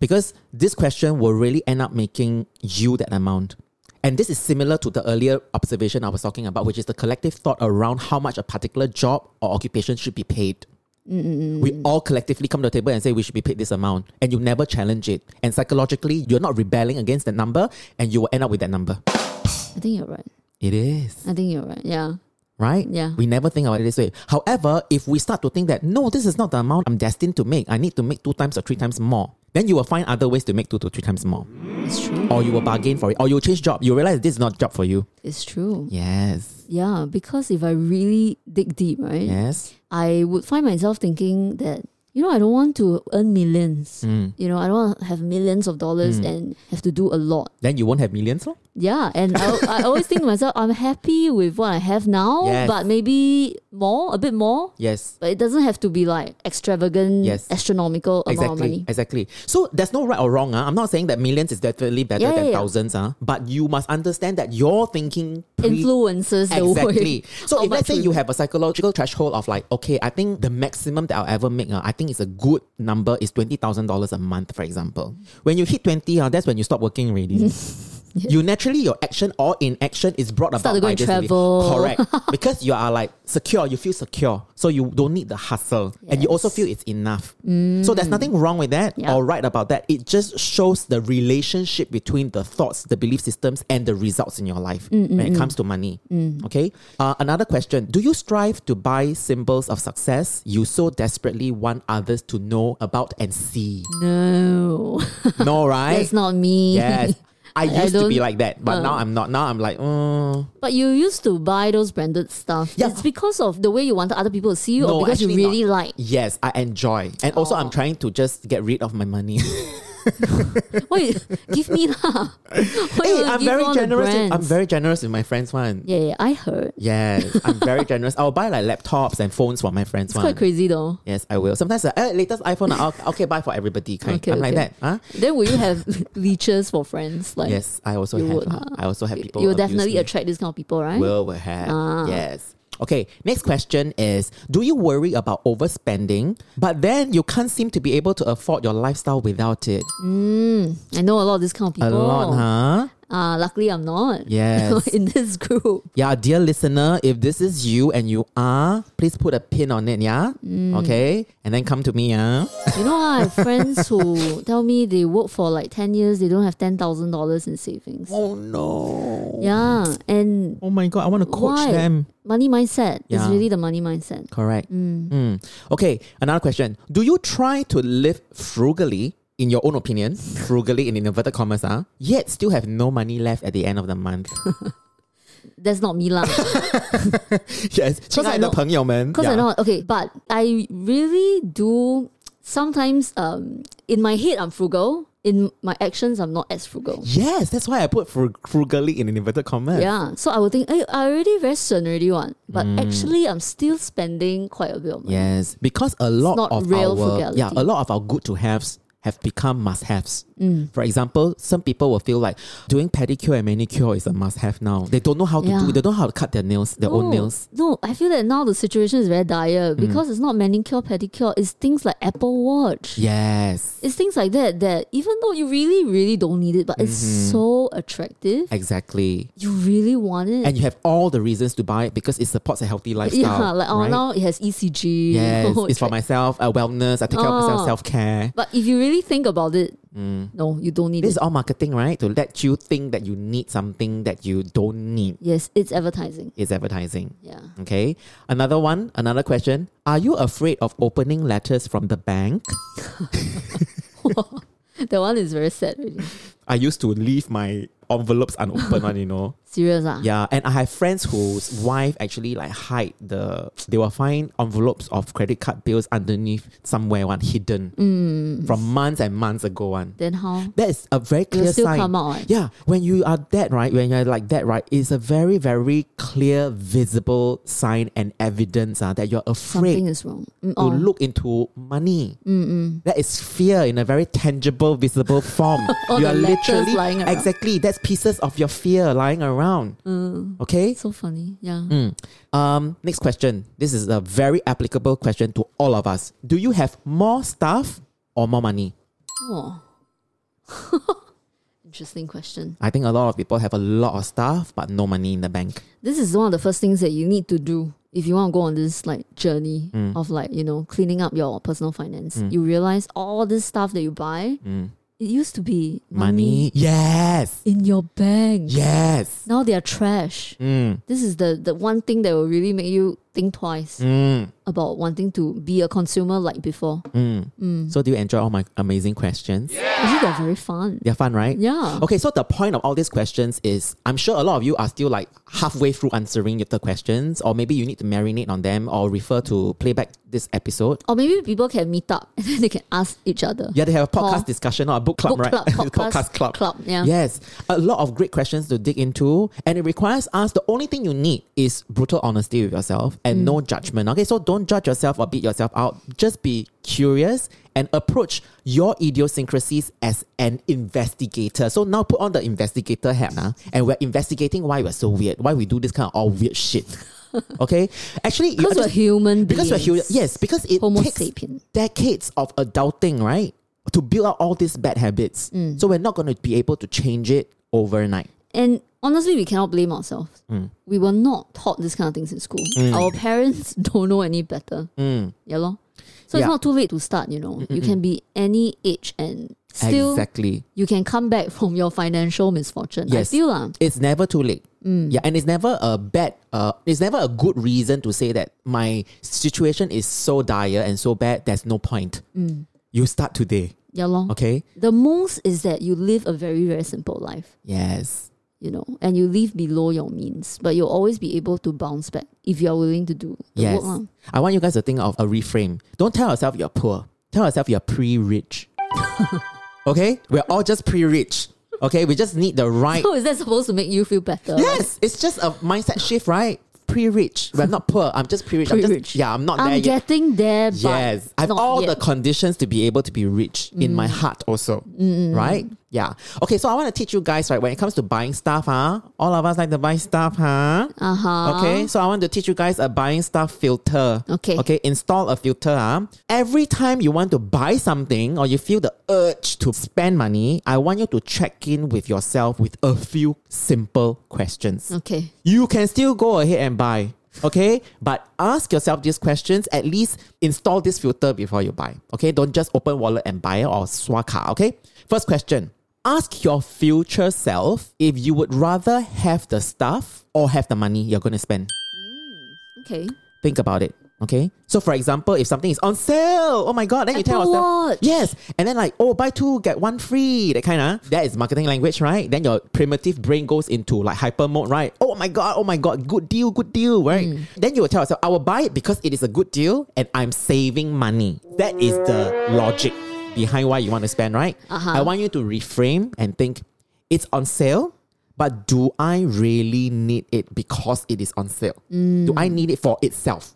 [SPEAKER 1] Because this question will really end up making you that amount. And this is similar to the earlier observation I was talking about, which is the collective thought around how much a particular job or occupation should be paid. We all collectively come to the table and say we should be paid this amount, and you never challenge it. And psychologically, you're not rebelling against that number, and you will end up with that number.
[SPEAKER 2] I think you're right.
[SPEAKER 1] It is
[SPEAKER 2] I think you're right. Yeah.
[SPEAKER 1] right?
[SPEAKER 2] Yeah.
[SPEAKER 1] We never think about it this way. However, if we start to think that no, this is not the amount I'm destined to make, I need to make two times or three times more, then you will find other ways to make two to three times more.
[SPEAKER 2] It's true.
[SPEAKER 1] Or you will bargain for it, or you'll change job. You realize this is not a job for you.
[SPEAKER 2] It's true.
[SPEAKER 1] Yes.
[SPEAKER 2] Yeah, because if I really dig deep, right?
[SPEAKER 1] Yes.
[SPEAKER 2] I would find myself thinking that you know I don't want to earn millions.
[SPEAKER 1] Mm.
[SPEAKER 2] You know I don't want to have millions of dollars and have to do a lot.
[SPEAKER 1] Then you won't have millions, lor.
[SPEAKER 2] Yeah, and I, I always think to myself I'm happy with what I have now,
[SPEAKER 1] Yes.
[SPEAKER 2] but maybe more, a bit more.
[SPEAKER 1] Yes.
[SPEAKER 2] But it doesn't have to be like extravagant,
[SPEAKER 1] Yes.
[SPEAKER 2] astronomical amount of
[SPEAKER 1] Exactly.
[SPEAKER 2] money.
[SPEAKER 1] Exactly. So there's no right or wrong. ah. I'm not saying that millions is definitely better
[SPEAKER 2] Yeah,
[SPEAKER 1] than
[SPEAKER 2] yeah, yeah.
[SPEAKER 1] thousands, ah. but you must understand that your thinking pre-
[SPEAKER 2] Influences the way.
[SPEAKER 1] Exactly. So
[SPEAKER 2] how
[SPEAKER 1] if let's
[SPEAKER 2] much
[SPEAKER 1] say
[SPEAKER 2] we
[SPEAKER 1] you
[SPEAKER 2] make.
[SPEAKER 1] have a psychological threshold of like, okay, I think the maximum that I'll ever make, uh, I think it's a good number is twenty thousand dollars a month, for example. When you hit twenty, uh, that's when you stop working already. You naturally your action or inaction is brought
[SPEAKER 2] Start
[SPEAKER 1] about
[SPEAKER 2] to go
[SPEAKER 1] by
[SPEAKER 2] and
[SPEAKER 1] this already.
[SPEAKER 2] travel.
[SPEAKER 1] correct because you are like secure you feel secure so you don't need the hustle and you also
[SPEAKER 2] Yes.
[SPEAKER 1] feel it's enough so there's nothing wrong with that
[SPEAKER 2] Mm. Yeah.
[SPEAKER 1] or right about that it just shows the relationship between the thoughts the belief systems and the results in your life
[SPEAKER 2] Mm,
[SPEAKER 1] when it comes to money okay uh, another question do you strive to buy symbols of success you so desperately want others to know about and see
[SPEAKER 2] no,
[SPEAKER 1] no right
[SPEAKER 2] that's not me.
[SPEAKER 1] yes I
[SPEAKER 2] I
[SPEAKER 1] used to be
[SPEAKER 2] don't- Oh.
[SPEAKER 1] like that, but now I'm not. Now I'm like, mm,
[SPEAKER 2] But you used to buy those branded stuff.
[SPEAKER 1] Yeah.
[SPEAKER 2] It's because of the way you wanted other people to see you,
[SPEAKER 1] no,
[SPEAKER 2] or because you
[SPEAKER 1] actually not.
[SPEAKER 2] really like.
[SPEAKER 1] Yes, I enjoy, and also
[SPEAKER 2] Oh.
[SPEAKER 1] I'm trying to just get rid of my money.
[SPEAKER 2] Wait, give me lah. Why you
[SPEAKER 1] hey,
[SPEAKER 2] wanna
[SPEAKER 1] I'm
[SPEAKER 2] Oh, give
[SPEAKER 1] very
[SPEAKER 2] all the
[SPEAKER 1] generous. With, I'm
[SPEAKER 2] brands?
[SPEAKER 1] very generous with my friends one.
[SPEAKER 2] Yeah, yeah, I heard.
[SPEAKER 1] Yes, I'm very generous. I'll buy like laptops and phones for my friends
[SPEAKER 2] It's
[SPEAKER 1] one.
[SPEAKER 2] quite crazy though.
[SPEAKER 1] Yes, I will. Sometimes like, eh, latest iPhone, ah, okay, okay, buy for everybody kind.
[SPEAKER 2] Okay,
[SPEAKER 1] I'm like
[SPEAKER 2] okay.
[SPEAKER 1] that. Huh?
[SPEAKER 2] Then will you have leeches for friends? Like
[SPEAKER 1] Yes, I also
[SPEAKER 2] you
[SPEAKER 1] have.
[SPEAKER 2] would,
[SPEAKER 1] ah.
[SPEAKER 2] huh?
[SPEAKER 1] I also have people.
[SPEAKER 2] you'll
[SPEAKER 1] abuse
[SPEAKER 2] definitely
[SPEAKER 1] me.
[SPEAKER 2] attract Ah. these kind of people, right?
[SPEAKER 1] Will will have. Yes. Okay, next question is Do you worry about overspending, but then you can't seem to be able to afford your lifestyle without it?
[SPEAKER 2] I know a lot of these kind of people.
[SPEAKER 1] A lot, huh?
[SPEAKER 2] Uh, luckily I'm not.
[SPEAKER 1] Yes.
[SPEAKER 2] In this group.
[SPEAKER 1] Yeah, dear listener, if this is you and you are, please put a pin on it, yeah?
[SPEAKER 2] Mm.
[SPEAKER 1] Okay? And then come to me, yeah?
[SPEAKER 2] You know, I have friends who tell me they work for like 10 years, they don't have $10,000 in savings.
[SPEAKER 1] Oh no.
[SPEAKER 2] Yeah. And
[SPEAKER 1] Oh my god, I want to coach
[SPEAKER 2] why?
[SPEAKER 1] them.
[SPEAKER 2] Money mindset
[SPEAKER 1] Yeah.
[SPEAKER 2] is really the money mindset.
[SPEAKER 1] Correct. Mm. Okay, another question. Do you try to live frugally, in your own opinion, ah, frugally in inverted commas, huh? yet still have no money left at the end of the month?
[SPEAKER 2] that's not me lah.
[SPEAKER 1] Yes，亲
[SPEAKER 2] I
[SPEAKER 1] 爱的
[SPEAKER 2] know-
[SPEAKER 1] 朋友们
[SPEAKER 2] Because I
[SPEAKER 1] yeah.
[SPEAKER 2] know okay, but I really do sometimes um in my head I'm frugal. In my actions I'm not as frugal.
[SPEAKER 1] Yes, that's why I put frug- frugally in inverted commas.
[SPEAKER 2] Yeah. So I would think, hey, I already very certain already one. But
[SPEAKER 1] Mm.
[SPEAKER 2] actually I'm still spending quite a bit of money.
[SPEAKER 1] Yes, because a lot
[SPEAKER 2] not
[SPEAKER 1] of
[SPEAKER 2] real
[SPEAKER 1] our
[SPEAKER 2] frugality.
[SPEAKER 1] yeah, a lot of our good to haves have become must haves.
[SPEAKER 2] Mm.
[SPEAKER 1] For example, some people will feel like doing pedicure and manicure is a must have now. They don't know how to
[SPEAKER 2] Yeah.
[SPEAKER 1] do. They don't know how to cut their nails, their own Mm.
[SPEAKER 2] No,
[SPEAKER 1] nails.
[SPEAKER 2] No, I feel that now the situation is very dire because it's not manicure, pedicure, it's things like Apple Watch.
[SPEAKER 1] Yes,
[SPEAKER 2] It's things like that that even though you really, really don't need it, but it's
[SPEAKER 1] Mm-hmm.
[SPEAKER 2] so attractive.
[SPEAKER 1] exactly.
[SPEAKER 2] You really want it.
[SPEAKER 1] And you have all the reasons to buy it because it supports a healthy lifestyle.
[SPEAKER 2] yeah, like oh
[SPEAKER 1] right?
[SPEAKER 2] now it has ECG.
[SPEAKER 1] Yes,
[SPEAKER 2] Oh,
[SPEAKER 1] it's for
[SPEAKER 2] attract-
[SPEAKER 1] myself, uh, wellness. I take care of myself,
[SPEAKER 2] Oh.
[SPEAKER 1] self care.
[SPEAKER 2] But if you really think about it,
[SPEAKER 1] Mm.
[SPEAKER 2] no, you don't need
[SPEAKER 1] This is
[SPEAKER 2] it.
[SPEAKER 1] all marketing, right? To let you think that you need something that you don't need
[SPEAKER 2] Yes, it's advertising.
[SPEAKER 1] is advertising.
[SPEAKER 2] Yeah.
[SPEAKER 1] Okay. Another one, another question. Are you afraid of opening letters from the bank?
[SPEAKER 2] That one is very sad really.
[SPEAKER 1] I used to leave my envelopes unopened one, you know.
[SPEAKER 2] Serious ah?
[SPEAKER 1] Yeah. And I have friends whose wife actually like hide the they will find envelopes of credit card bills underneath somewhere one hidden from months and months ago one.
[SPEAKER 2] Then how?
[SPEAKER 1] That is a very
[SPEAKER 2] Mm. It'll
[SPEAKER 1] clear
[SPEAKER 2] still
[SPEAKER 1] sign.
[SPEAKER 2] come out. eh?
[SPEAKER 1] Yeah, when you are that right, when you're like that right, it's a very, very clear, visible sign and evidence ah, that you're afraid
[SPEAKER 2] Something is wrong. Mm,
[SPEAKER 1] to
[SPEAKER 2] oh. Mm,
[SPEAKER 1] look into money. That is fear in a very tangible, visible form.
[SPEAKER 2] All the letters lying around.
[SPEAKER 1] exactly that's pieces of your fear lying around. Okay.
[SPEAKER 2] Mm. So funny. Yeah.
[SPEAKER 1] Mm. Um, next question. This is a very applicable question to all of us. Do you have more stuff or more money?
[SPEAKER 2] Oh. Interesting question.
[SPEAKER 1] I think a lot of people have a lot of stuff but no money in the bank.
[SPEAKER 2] This is one of the first things that you need to do if you want to go on this like journey
[SPEAKER 1] Mm.
[SPEAKER 2] of like, you know, cleaning up your personal finance. You realize all this stuff that you buy, it used to be
[SPEAKER 1] Mm. Money.
[SPEAKER 2] money,
[SPEAKER 1] Yes.
[SPEAKER 2] in your bank.
[SPEAKER 1] Yes.
[SPEAKER 2] Now they are trash.
[SPEAKER 1] Mm.
[SPEAKER 2] This is the, the one thing that will really make you think twice
[SPEAKER 1] Mm.
[SPEAKER 2] about wanting to be a consumer like before.
[SPEAKER 1] Mm. So do you enjoy all my amazing questions?
[SPEAKER 2] Actually, they're very fun.
[SPEAKER 1] They're fun, right?
[SPEAKER 2] Yeah.
[SPEAKER 1] Okay, so the point of all these questions is I'm sure a lot of you are still like halfway through answering the questions, or maybe you need to marinate on them or refer to playback this episode.
[SPEAKER 2] Or maybe people can meet up and then they can ask each other.
[SPEAKER 1] Yeah, they have a podcast
[SPEAKER 2] Or-
[SPEAKER 1] discussion or a book club,
[SPEAKER 2] Book
[SPEAKER 1] right?
[SPEAKER 2] club, podcast,
[SPEAKER 1] club.
[SPEAKER 2] club, yeah.
[SPEAKER 1] Yes. A lot of great questions to dig into. And it requires us the only thing you need is brutal honesty with yourself and
[SPEAKER 2] Mm.
[SPEAKER 1] no judgment. Okay, so don't judge yourself or beat yourself out. Just be curious and approach your idiosyncrasies as an investigator. So now put on the investigator hat now, and we're investigating why we're so weird, why we do this kind of all weird shit. Okay? Actually, you-
[SPEAKER 2] Because we're human
[SPEAKER 1] because we're
[SPEAKER 2] beings.
[SPEAKER 1] human. Yes, because it
[SPEAKER 2] Homo
[SPEAKER 1] takes
[SPEAKER 2] sapien.
[SPEAKER 1] decades of adulting, right? To build out all these bad habits.
[SPEAKER 2] Mm.
[SPEAKER 1] So we're not going to be able to change it overnight.
[SPEAKER 2] And honestly, we cannot blame ourselves.
[SPEAKER 1] Mm.
[SPEAKER 2] We were not taught this kind of things in school. Our parents don't know any better. Yeah, lor. So
[SPEAKER 1] Mm. Yeah. Mm,
[SPEAKER 2] it's not too late to start, you know. You can be any age and still
[SPEAKER 1] exactly.
[SPEAKER 2] you can come back from your financial misfortune.
[SPEAKER 1] Yes.
[SPEAKER 2] I feel lah.
[SPEAKER 1] It's never too late.
[SPEAKER 2] Mm.
[SPEAKER 1] Yeah, and it's never a bad, uh, it's never a good reason to say that my situation is so dire and so bad, there's no point.
[SPEAKER 2] Mm.
[SPEAKER 1] You start today,
[SPEAKER 2] Yeah, lor.
[SPEAKER 1] okay?
[SPEAKER 2] The most is that you live a very, very simple life,
[SPEAKER 1] Yes.
[SPEAKER 2] you know, and you live below your means, but you'll always be able to bounce back if you are willing to do the
[SPEAKER 1] Yes.
[SPEAKER 2] work. lah.
[SPEAKER 1] I want you guys to think of a reframe. Don't tell yourself you're poor. Tell yourself you're pre-rich. okay? We're all just pre-rich. Okay? We just need the right
[SPEAKER 2] Oh, is that supposed to make you feel better?
[SPEAKER 1] Yes, it's just a mindset shift, right? Pre-rich. We're not poor. I'm just pre-rich. I'm just-
[SPEAKER 2] Pre-rich.
[SPEAKER 1] yeah, I'm not
[SPEAKER 2] I'm
[SPEAKER 1] there yet.
[SPEAKER 2] getting there, but
[SPEAKER 1] Yes, I have
[SPEAKER 2] not
[SPEAKER 1] all
[SPEAKER 2] yet. Mm.
[SPEAKER 1] the conditions to be able to be rich in my heart, also, right? Yeah. Okay, so I want to teach you guys, right? When it comes to buying stuff, huh? All of us like to buy stuff, huh?
[SPEAKER 2] Uh-huh.
[SPEAKER 1] Okay, so I want to teach you guys a buying stuff filter.
[SPEAKER 2] Okay.
[SPEAKER 1] Okay, install a filter. Ah, Every time you want to buy something or you feel the urge to spend money, I want you to check in with yourself with a few simple questions.
[SPEAKER 2] Okay.
[SPEAKER 1] You can still go ahead and buy. Okay, but ask yourself these questions. At least install this filter before you buy. Okay, don't just open wallet and buy it or swap card. Okay, first question: Ask your future self if you would rather have the stuff or have the money you're going to spend.
[SPEAKER 2] Okay.
[SPEAKER 1] Think about it. Okay. So for example, if something is on sale, oh my god, then you tell
[SPEAKER 2] Apple
[SPEAKER 1] yourself
[SPEAKER 2] Watch.
[SPEAKER 1] yes, and then like oh buy two get one free, that kind of that is marketing language, right? Then your primitive brain goes into like hyper mode, right? Oh my god, oh my god, good deal, good deal, right? Then you will tell yourself I will buy it because it is a good deal and I'm saving money. That is the logic behind why you want to spend, right? I want you to reframe and think it's on sale. But do I really need it because it is on sale? Do I need it for itself?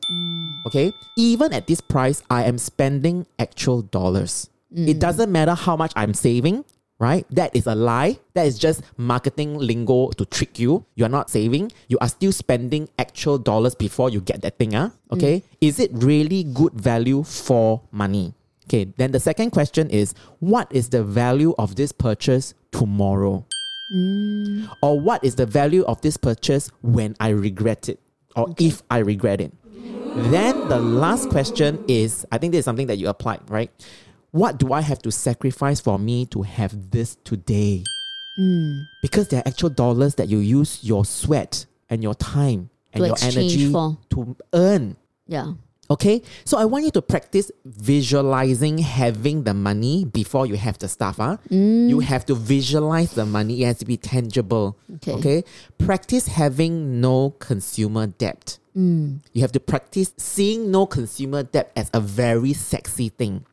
[SPEAKER 1] Okay. Even at this price, I am spending actual dollars. It doesn't matter how much I'm saving, right? That is a lie. That is just marketing lingo to trick you. You are not saving. You are still spending actual dollars before you get that thing, ah. Okay. Is it really good value for money? Okay. Then the second question is what is the value of this purchase tomorrow? Or what is the value of this purchase when I regret it? Or if I regret it? Then the last question is I think this is something that you applied, right? What do I have to sacrifice for me to have this today?
[SPEAKER 2] Hmm.
[SPEAKER 1] Because they're actual dollars that you use your sweat and your time and
[SPEAKER 2] To
[SPEAKER 1] your
[SPEAKER 2] exchange
[SPEAKER 1] energy
[SPEAKER 2] for.
[SPEAKER 1] to earn.
[SPEAKER 2] Yeah.
[SPEAKER 1] Okay, so I want you to practice visualizing having the money before you have the stuff. Huh?
[SPEAKER 2] Mm.
[SPEAKER 1] You have to visualize the money, it has to be tangible.
[SPEAKER 2] Okay.
[SPEAKER 1] practice having no consumer debt.
[SPEAKER 2] Mm.
[SPEAKER 1] You have to practice seeing no consumer debt as a very sexy thing.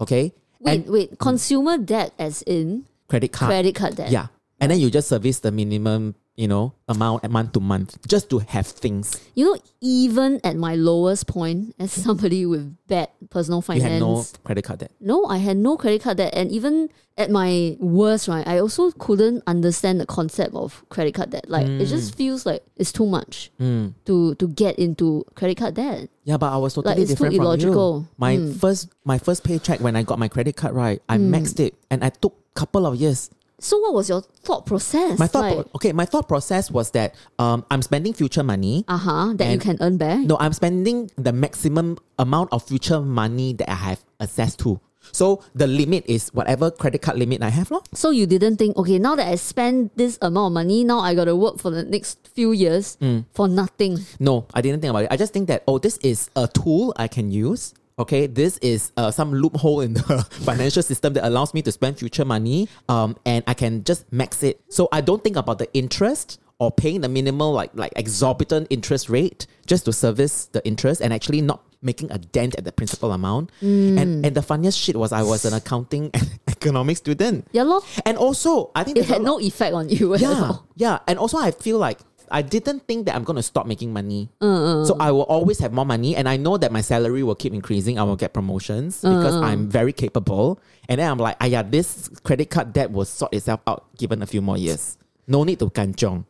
[SPEAKER 1] Okay,
[SPEAKER 2] Mm, Wait,
[SPEAKER 1] and
[SPEAKER 2] wait. Consumer debt, as in
[SPEAKER 1] credit card.
[SPEAKER 2] credit card debt.
[SPEAKER 1] Yeah, and then you just service the minimum, you know, amount month to month just to have things.
[SPEAKER 2] You know, even at my lowest point, as somebody with bad personal
[SPEAKER 1] You
[SPEAKER 2] finance,
[SPEAKER 1] have no credit card debt.
[SPEAKER 2] No, I had no credit card debt. And even at my worst, right, I also couldn't understand the concept of credit card debt. Like it
[SPEAKER 1] Mm.
[SPEAKER 2] just feels like it's too much to to get into credit card debt.
[SPEAKER 1] Yeah, but I was totally
[SPEAKER 2] it's too
[SPEAKER 1] different from you.
[SPEAKER 2] illogical. Hmm.
[SPEAKER 1] My first my first paycheck when I got my credit card right, I maxed it and I took couple of years.
[SPEAKER 2] So what was your thought process?
[SPEAKER 1] My thought
[SPEAKER 2] like,
[SPEAKER 1] pro- okay, my thought process was that um I'm spending future money.
[SPEAKER 2] uh huh, that you
[SPEAKER 1] and-
[SPEAKER 2] can earn back.
[SPEAKER 1] No, I'm spending the maximum amount of future money that I have access to. So the limit is whatever credit card limit I have, lor.
[SPEAKER 2] So you didn't think, okay, now that I spend this amount of money, now I gotta work for the next few years
[SPEAKER 1] Mm.
[SPEAKER 2] for nothing.
[SPEAKER 1] No, I didn't think about it. I just think that oh, this is a tool I can use. Okay, this is uh, some loophole in the financial system that allows me to spend future money, um, and I can just max it. So I don't think about the interest or paying the minimal like like exorbitant interest rate just to service the interest and actually not making a dent at the principal amount.
[SPEAKER 2] Hmm.
[SPEAKER 1] And and the funniest shit was I was an accounting and economic student.
[SPEAKER 2] Yeah, lor.
[SPEAKER 1] And also, I think
[SPEAKER 2] It
[SPEAKER 1] there's a
[SPEAKER 2] had
[SPEAKER 1] lot-
[SPEAKER 2] no effect on you at
[SPEAKER 1] yeah,
[SPEAKER 2] all.
[SPEAKER 1] yeah. And also, I feel like I didn't think that I'm going to stop making money. So I will always have more money. And I know that my salary will keep increasing. I will get promotions because I'm very capable. And then I'm like, ah, yeah, this credit card debt will sort itself out given a few more years. No need to kanchong.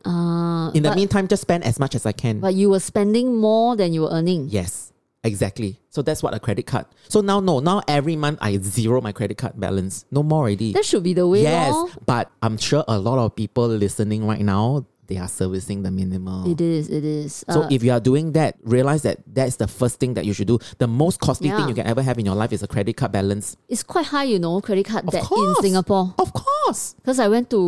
[SPEAKER 1] In the
[SPEAKER 2] Uh, but-
[SPEAKER 1] meantime, just spend as much as I can.
[SPEAKER 2] But you were spending more than you were earning.
[SPEAKER 1] Yes, exactly. So that's what a credit card. So now, no, now every month I zero my credit card balance. No more already.
[SPEAKER 2] That should be the way.
[SPEAKER 1] Yes,
[SPEAKER 2] lor.
[SPEAKER 1] but I'm sure a lot of people listening right now, they are servicing the minimal.
[SPEAKER 2] It is. It is.
[SPEAKER 1] So
[SPEAKER 2] Uh,
[SPEAKER 1] if you are doing that, realize that that's the first thing that you should do. The most costly
[SPEAKER 2] Yeah.
[SPEAKER 1] thing you can ever have in your life is a credit card balance.
[SPEAKER 2] it's quite high, you know, credit card
[SPEAKER 1] Of
[SPEAKER 2] debt in
[SPEAKER 1] course.
[SPEAKER 2] Singapore.
[SPEAKER 1] Of course.
[SPEAKER 2] Because I went to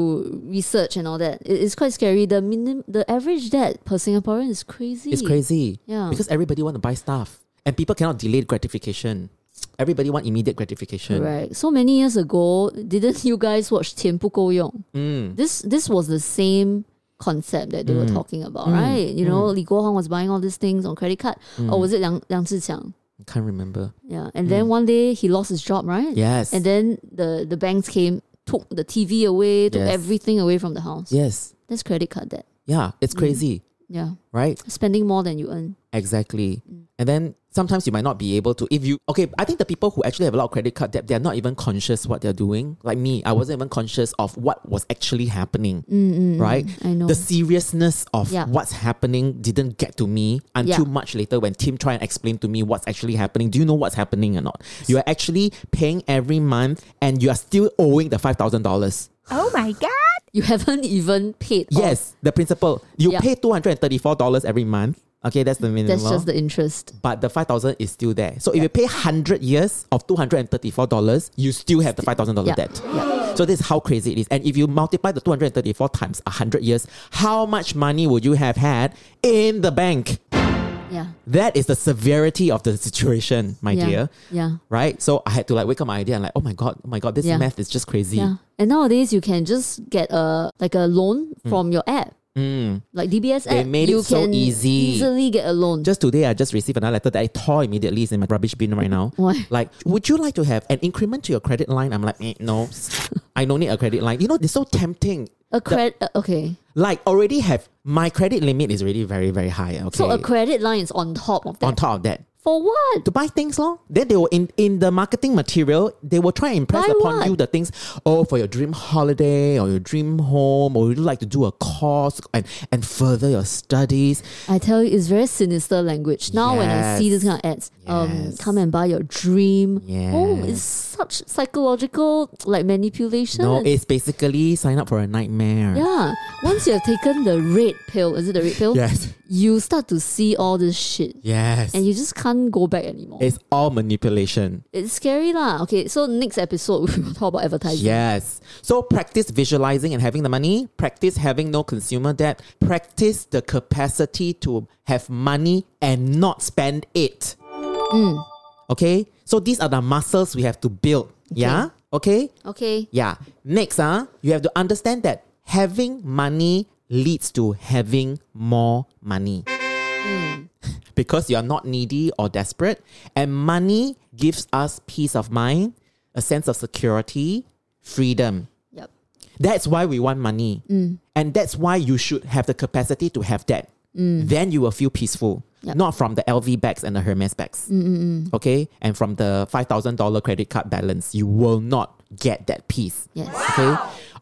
[SPEAKER 2] research and all that. It- it's quite scary. The minim- the average debt per Singaporean is crazy.
[SPEAKER 1] It's crazy.
[SPEAKER 2] Yeah.
[SPEAKER 1] Because everybody want to buy stuff. And people cannot delay gratification. Everybody want immediate gratification.
[SPEAKER 2] Right. So many years ago, didn't you guys watch 钱不够用?
[SPEAKER 1] Mm,
[SPEAKER 2] This this was the same concept that they were talking about, right?
[SPEAKER 1] Mm.
[SPEAKER 2] You know, Li Guohong was buying all these things on credit card. Or was it Liang, Liang Zhiqiang?
[SPEAKER 1] Can't remember.
[SPEAKER 2] Yeah. And then one day he lost his job, right?
[SPEAKER 1] Mm. Yes.
[SPEAKER 2] And then the, the banks came, took the TV away, took
[SPEAKER 1] Yes.
[SPEAKER 2] everything away from the house.
[SPEAKER 1] yes.
[SPEAKER 2] That's credit card debt.
[SPEAKER 1] Yeah.
[SPEAKER 2] Mm.
[SPEAKER 1] It's crazy.
[SPEAKER 2] Yeah.
[SPEAKER 1] Right?
[SPEAKER 2] Spending more than you earn.
[SPEAKER 1] Exactly.
[SPEAKER 2] Mm.
[SPEAKER 1] And then sometimes you might not be able to if you okay, I think the people who actually have a lot of credit card debt, they're not even conscious what they're doing. Like me, I wasn't even conscious of what was actually happening. right?
[SPEAKER 2] Mm, I know.
[SPEAKER 1] The seriousness of
[SPEAKER 2] Yeah.
[SPEAKER 1] what's happening didn't get to me until
[SPEAKER 2] Yeah.
[SPEAKER 1] much later when Tim tried and explain to me what's actually happening. Do you know what's happening or not? You are actually paying every month and you are still owing the five thousand dollars.
[SPEAKER 3] Oh my god!
[SPEAKER 2] You haven't even paid. off.
[SPEAKER 1] Yes, the principal. You
[SPEAKER 2] Oh. Yeah.
[SPEAKER 1] pay two hundred and thirty four dollars every month. Okay, that's the minimum
[SPEAKER 2] That's just the interest.
[SPEAKER 1] but the five thousand is still there. So if you pay hundred years of two hundred and thirty four dollars, you still have the five thousand dollar
[SPEAKER 2] Yeah.
[SPEAKER 1] debt. So this is how crazy it is. And if you multiply the two hundred and thirty four times hundred years, how much money would you have had in the bank?
[SPEAKER 2] Yeah.
[SPEAKER 1] That is the severity of the situation, my
[SPEAKER 2] yeah,
[SPEAKER 1] dear.
[SPEAKER 2] Yeah.
[SPEAKER 1] Right? So I had to like wake up my idea and like, oh my God, oh my God, this
[SPEAKER 2] Yeah.
[SPEAKER 1] math is just crazy.
[SPEAKER 2] Yeah. And nowadays you can just get a like a loan from your app. Like DBS
[SPEAKER 1] Hmm. They
[SPEAKER 2] app.
[SPEAKER 1] made it
[SPEAKER 2] you
[SPEAKER 1] so
[SPEAKER 2] can
[SPEAKER 1] easy.
[SPEAKER 2] easily get a loan.
[SPEAKER 1] Just today, I just received another letter that I tore immediately. It's in my rubbish bin right now.
[SPEAKER 2] Why?
[SPEAKER 1] Like, would you like to have an increment to your credit line? I'm like, eh, no, I don't need a credit line. You know, it's so tempting.
[SPEAKER 2] a credit okay.
[SPEAKER 1] Like, already have my credit limit is already very, very high. Okay.
[SPEAKER 2] So a credit line is on top of that.
[SPEAKER 1] on top of that,
[SPEAKER 2] For what?
[SPEAKER 1] to buy things lor. Then they will in, in the marketing material, they will try and impress
[SPEAKER 2] Buy
[SPEAKER 1] upon
[SPEAKER 2] what?
[SPEAKER 1] you the things, oh, for your dream holiday or your dream home, or you'd like to do a course and, and further your studies.
[SPEAKER 2] I tell you, it's very sinister language. Now when I see
[SPEAKER 1] Yes.
[SPEAKER 2] this kind of ads, um,
[SPEAKER 1] Yes.
[SPEAKER 2] come and buy your dream. Oh,
[SPEAKER 1] Yes.
[SPEAKER 2] it's such psychological like manipulation.
[SPEAKER 1] No, it's basically sign up for a nightmare.
[SPEAKER 2] yeah. Once you have taken the red pill, is it the red pill?
[SPEAKER 1] Yes.
[SPEAKER 2] You start to see all this shit.
[SPEAKER 1] Yes.
[SPEAKER 2] And you just can't go back anymore.
[SPEAKER 1] it's all manipulation.
[SPEAKER 2] It's scary lah. Okay, so next episode we will talk about advertising.
[SPEAKER 1] Yes. So practice visualizing and having the money, practice having no consumer debt, practice the capacity to have money and not spend it.
[SPEAKER 2] Mm.
[SPEAKER 1] Okay? So these are the muscles we have to build. Yeah? Okay?
[SPEAKER 2] Okay.
[SPEAKER 1] Yeah. Next, uh, you have to understand that having money leads to having more money. Because you are not needy or desperate, and money gives us peace of mind, a sense of security, freedom.
[SPEAKER 2] Yep.
[SPEAKER 1] That's why we want money. And that's why you should have the capacity to have that. Then you will feel peaceful.
[SPEAKER 2] Yup.
[SPEAKER 1] Not from the LV bags and the Hermes bags. Okay? And from the $5,000 credit card balance. You will not get that peace.
[SPEAKER 2] Yes.
[SPEAKER 1] Okay?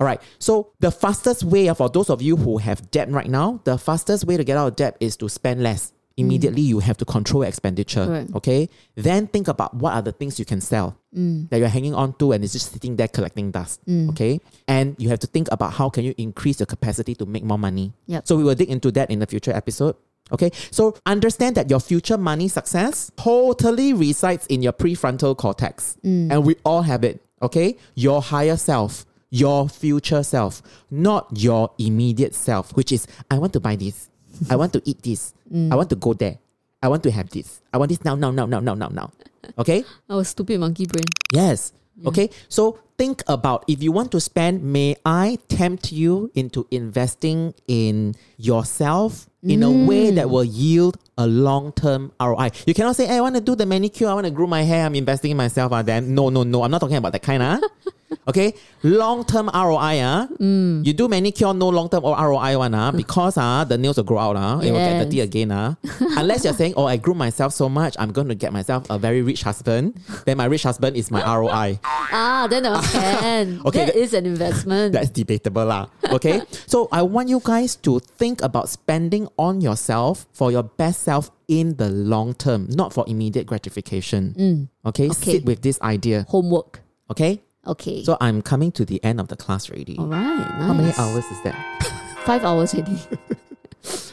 [SPEAKER 1] All right. So, the fastest way for those of you who have debt right now, the fastest way to get out of debt is to spend less. Immediately, you have to control expenditure.
[SPEAKER 2] Correct.
[SPEAKER 1] Okay? Then think about what are the things you can sell that you're hanging on to and it's just sitting there collecting dust. Okay? And you have to think about how can you increase your capacity to make more money.
[SPEAKER 2] Yep.
[SPEAKER 1] So we will dig into that in the future episode. Okay? So understand that your future money success totally resides in your prefrontal cortex. And we all have it. Okay? Your higher self. Your future self, not your immediate self, which is, I want to buy this. I want to eat this. I want to go there. I want to have this. I want this now, now, now, now, now, now, now. Okay?
[SPEAKER 2] Our stupid monkey brain.
[SPEAKER 1] Yes. Okay. So think about if you want to spend, may I tempt you into investing in yourself in a way that will yield a long term ROI? You cannot say, hey, I want to do the manicure, I want to grow my hair, I'm investing in myself. Ah, then no, no, no. I'm not talking about that kind. Ah. okay. Long term ROI. Ah. You do manicure, no long term or ROI one. Ah, because ah, the nails will grow out. Ah. It will get
[SPEAKER 2] Yes.
[SPEAKER 1] dirty again. Ah. Unless you're saying, oh, I grew myself so much, I'm going to get myself a very rich husband. Then my rich husband is my ROI.
[SPEAKER 2] Ah, then I can.
[SPEAKER 1] Okay,
[SPEAKER 2] That
[SPEAKER 1] that-
[SPEAKER 2] is an investment.
[SPEAKER 1] That's debatable. lah. Okay? so I want you guys to think about spending on yourself for your best self in the long term, not for immediate gratification. Okay?
[SPEAKER 2] Mm. Okay.
[SPEAKER 1] Sit with this idea.
[SPEAKER 2] Homework.
[SPEAKER 1] Okay?
[SPEAKER 2] Okay.
[SPEAKER 1] So I'm coming to the end of the class already.
[SPEAKER 2] all right. Nice.
[SPEAKER 1] How many hours is that?
[SPEAKER 2] Five hours already.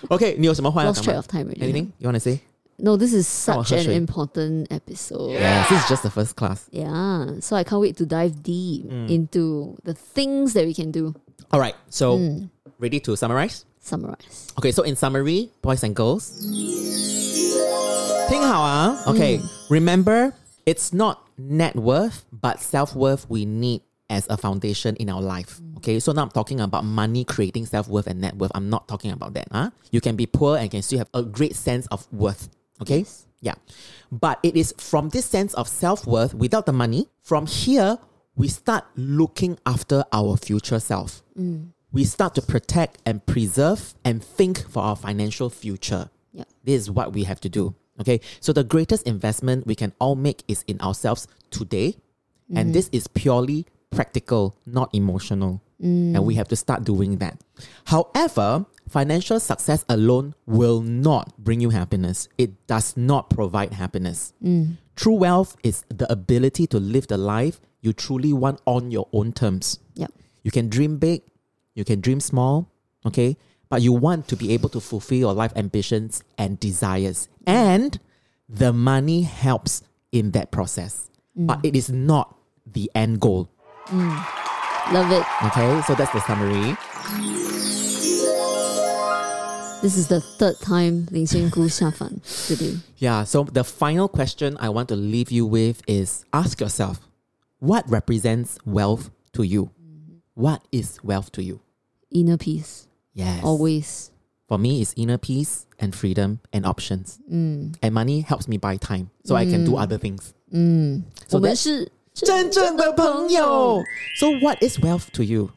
[SPEAKER 1] Okay, 你有什么话要
[SPEAKER 2] Lost
[SPEAKER 1] 讲吗？
[SPEAKER 2] track of time already.
[SPEAKER 1] Anything you want to say?
[SPEAKER 2] No, this is
[SPEAKER 1] Oh,
[SPEAKER 2] such
[SPEAKER 1] sure,
[SPEAKER 2] an
[SPEAKER 1] sure.
[SPEAKER 2] important episode.
[SPEAKER 1] Yes, this is just the first class.
[SPEAKER 2] Yeah. So I can't wait to dive deep
[SPEAKER 1] Mm.
[SPEAKER 2] into the things that we can do.
[SPEAKER 1] All right, so
[SPEAKER 2] Mm.
[SPEAKER 1] ready to summarize?
[SPEAKER 2] Summarize.
[SPEAKER 1] Okay, so in summary, boys and girls, 听好啊. Okay, remember it's not net worth but self worth we need as a foundation in our life. Okay, so now I'm talking about money creating self worth and net worth. I'm not talking about that. Huh? You can be poor and can still have a great sense of worth. Okay. Yeah. But it is from this sense of self worth without the money, from here, we start looking after our future self we start to protect and preserve and think for our financial future.
[SPEAKER 2] Yep.
[SPEAKER 1] This is what we have to do. Okay. So the greatest investment we can all make is in ourselves today. And this is purely practical, not emotional. And we have to start doing that. However, financial success alone will not bring you happiness. It does not provide happiness. True wealth is the ability to live the life you truly want on your own terms.
[SPEAKER 2] Yep.
[SPEAKER 1] You can dream big, you can dream small, okay? But you want to be able to fulfill your life ambitions and desires. And the money helps in that process. But it is not the end goal.
[SPEAKER 2] Love it.
[SPEAKER 1] Okay, so that's the summary.
[SPEAKER 2] This is the third time 林仙姑下凡 today.
[SPEAKER 1] Yeah, so the final question I want to leave you with is ask yourself, what represents wealth to you? What is wealth to you?
[SPEAKER 2] Inner peace,
[SPEAKER 1] Yes.
[SPEAKER 2] always.
[SPEAKER 1] For me, it's inner peace and freedom and options.
[SPEAKER 2] Mm.
[SPEAKER 1] And money helps me buy time so I can do other things.
[SPEAKER 2] Mm.
[SPEAKER 1] So that-
[SPEAKER 2] 我们是
[SPEAKER 1] 真正的朋友. So, what is wealth to you,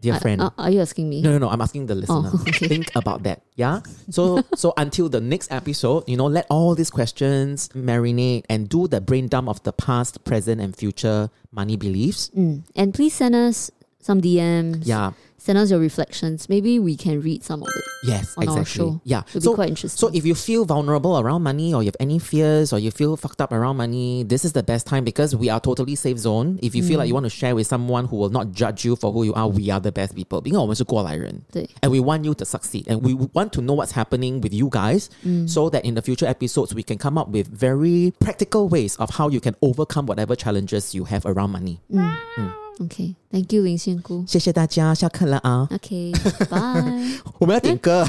[SPEAKER 1] dear friend?
[SPEAKER 2] Are, are you asking me?
[SPEAKER 1] No, no, no. I'm asking the listener.
[SPEAKER 2] Uh, Oh, okay.
[SPEAKER 1] Think about that. Yeah. So, so until the next episode, you know, let all these questions marinate and do the brain dump of the past, present, and future money beliefs.
[SPEAKER 2] Mm. And please send us some DMs.
[SPEAKER 1] Yeah.
[SPEAKER 2] Send us your reflections. Maybe we can read some of it.
[SPEAKER 1] Yes,
[SPEAKER 2] On our
[SPEAKER 1] exactly.
[SPEAKER 2] show.
[SPEAKER 1] Yeah.
[SPEAKER 2] It'll be quite interesting.
[SPEAKER 1] So if you feel vulnerable around money or you have any fears or you feel fucked up around money, this is the best time because we are totally safe zone. If you feel like you want to share with someone who will not judge you for who you are, we are the best people. 因为我们是过来人。
[SPEAKER 2] 对。
[SPEAKER 1] And we want you to succeed. And we want to know what's happening with you guys so that in the future episodes we can come up with very practical ways of how you can overcome whatever challenges you have around money.
[SPEAKER 2] Mm.
[SPEAKER 1] Mm.
[SPEAKER 2] Okay. Thank you, 林仙姑.
[SPEAKER 1] 谢谢大家，下课了啊。
[SPEAKER 2] Okay. Bye.
[SPEAKER 1] 我们要点歌。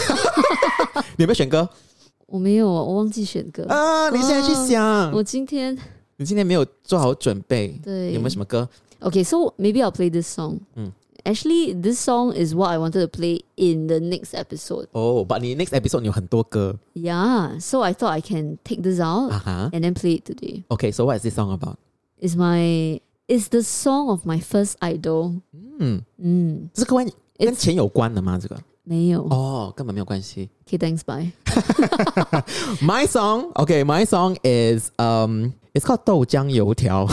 [SPEAKER 1] 你有没有选歌？
[SPEAKER 2] 我没有，我忘记选歌。
[SPEAKER 1] Uh. 啊，你现在去想。
[SPEAKER 2] 我今天
[SPEAKER 1] 你今天没有做好准备，
[SPEAKER 2] 对
[SPEAKER 1] 有没有什么歌？
[SPEAKER 2] Okay, so maybe I'll play this song. Actually, this song is what I wanted to play in the next episode.
[SPEAKER 1] 哦、b u t 你 next episode 你有很多歌
[SPEAKER 2] Yeah, so I thought I can take this
[SPEAKER 1] 啊
[SPEAKER 2] out
[SPEAKER 1] 哈。
[SPEAKER 2] and then play it today.
[SPEAKER 1] OK，so、what is this song about？
[SPEAKER 2] It's my it's the song of my first idol.
[SPEAKER 1] Hmm，
[SPEAKER 2] Mm.
[SPEAKER 1] 这个关跟钱有关的吗？这个
[SPEAKER 2] 没有。
[SPEAKER 1] 哦根本没有关系。
[SPEAKER 2] Okay, thanks. Bye.
[SPEAKER 1] My song，OK，my、song is um，it's called 豆浆油条。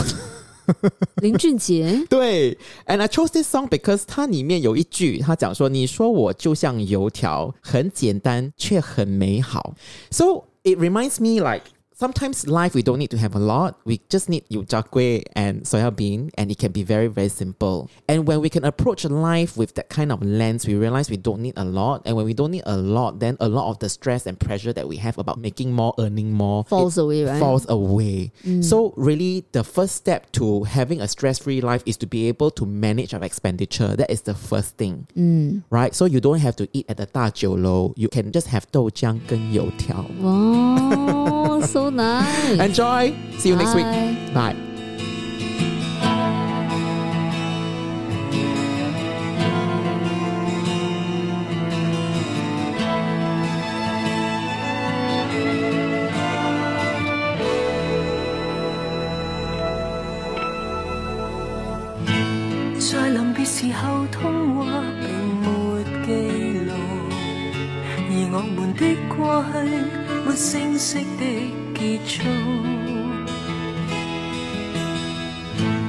[SPEAKER 2] 林俊杰。
[SPEAKER 1] 对，and I chose this song because 它里面有一句，他讲说：“你说我就像油条，很简单却很美好。” So it reminds me like. Sometimes life we don't need to have a lot. We just need yujagwe and soya bean, and it can be very, very simple. And when we can approach life with that kind of lens, we realize we don't need a lot. And when we don't need a lot, then a lot of the stress and pressure that we have about making more, earning more,
[SPEAKER 2] Falls
[SPEAKER 1] it
[SPEAKER 2] away, right?
[SPEAKER 1] Falls away. So really, the first step to having a stress-free life is to be able to manage our expenditure. That is the first thing, right? So you don't have to eat at the 大酒楼. You can just have 豆浆跟油条.
[SPEAKER 2] Wow, so nice.
[SPEAKER 1] Enjoy. See you next
[SPEAKER 2] Bye.
[SPEAKER 1] week. Bye.
[SPEAKER 3] 在臨別時候痛和並沒記錄，而我們的過去沒聲息的結束，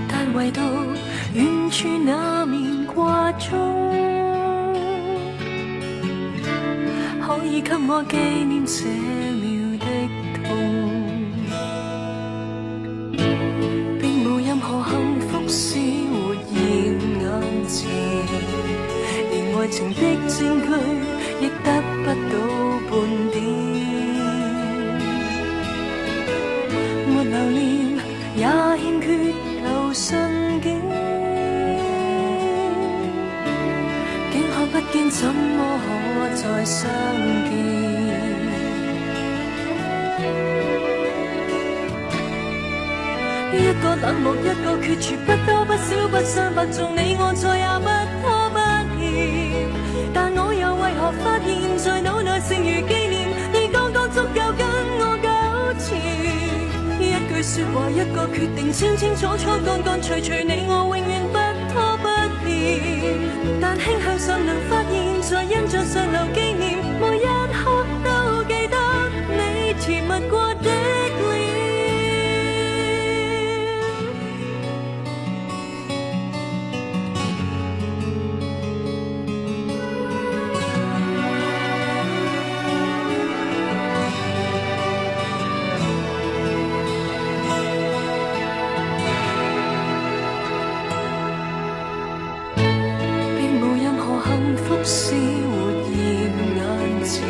[SPEAKER 3] 但唯獨遠處那面掛鐘，可以給我紀念這秒的痛。并无任何幸福是活现眼前，连爱情的证据亦得不到半点。没留念，也欠缺舊信件，竟可不見，怎麼可再相見？一個冷漠，一個決絕，不多不少，不相伯仲，你我再也不拖不欠。但我又為何發現，在腦內剩餘紀念，你剛剛足夠跟我糾纏。一句説話，一個決定，清清楚楚，乾乾脆脆，你我永遠不拖不欠。但輕向上能發現，在印象上留紀念，每一刻都記得你甜蜜過的臉。並無任何幸福是活現眼前，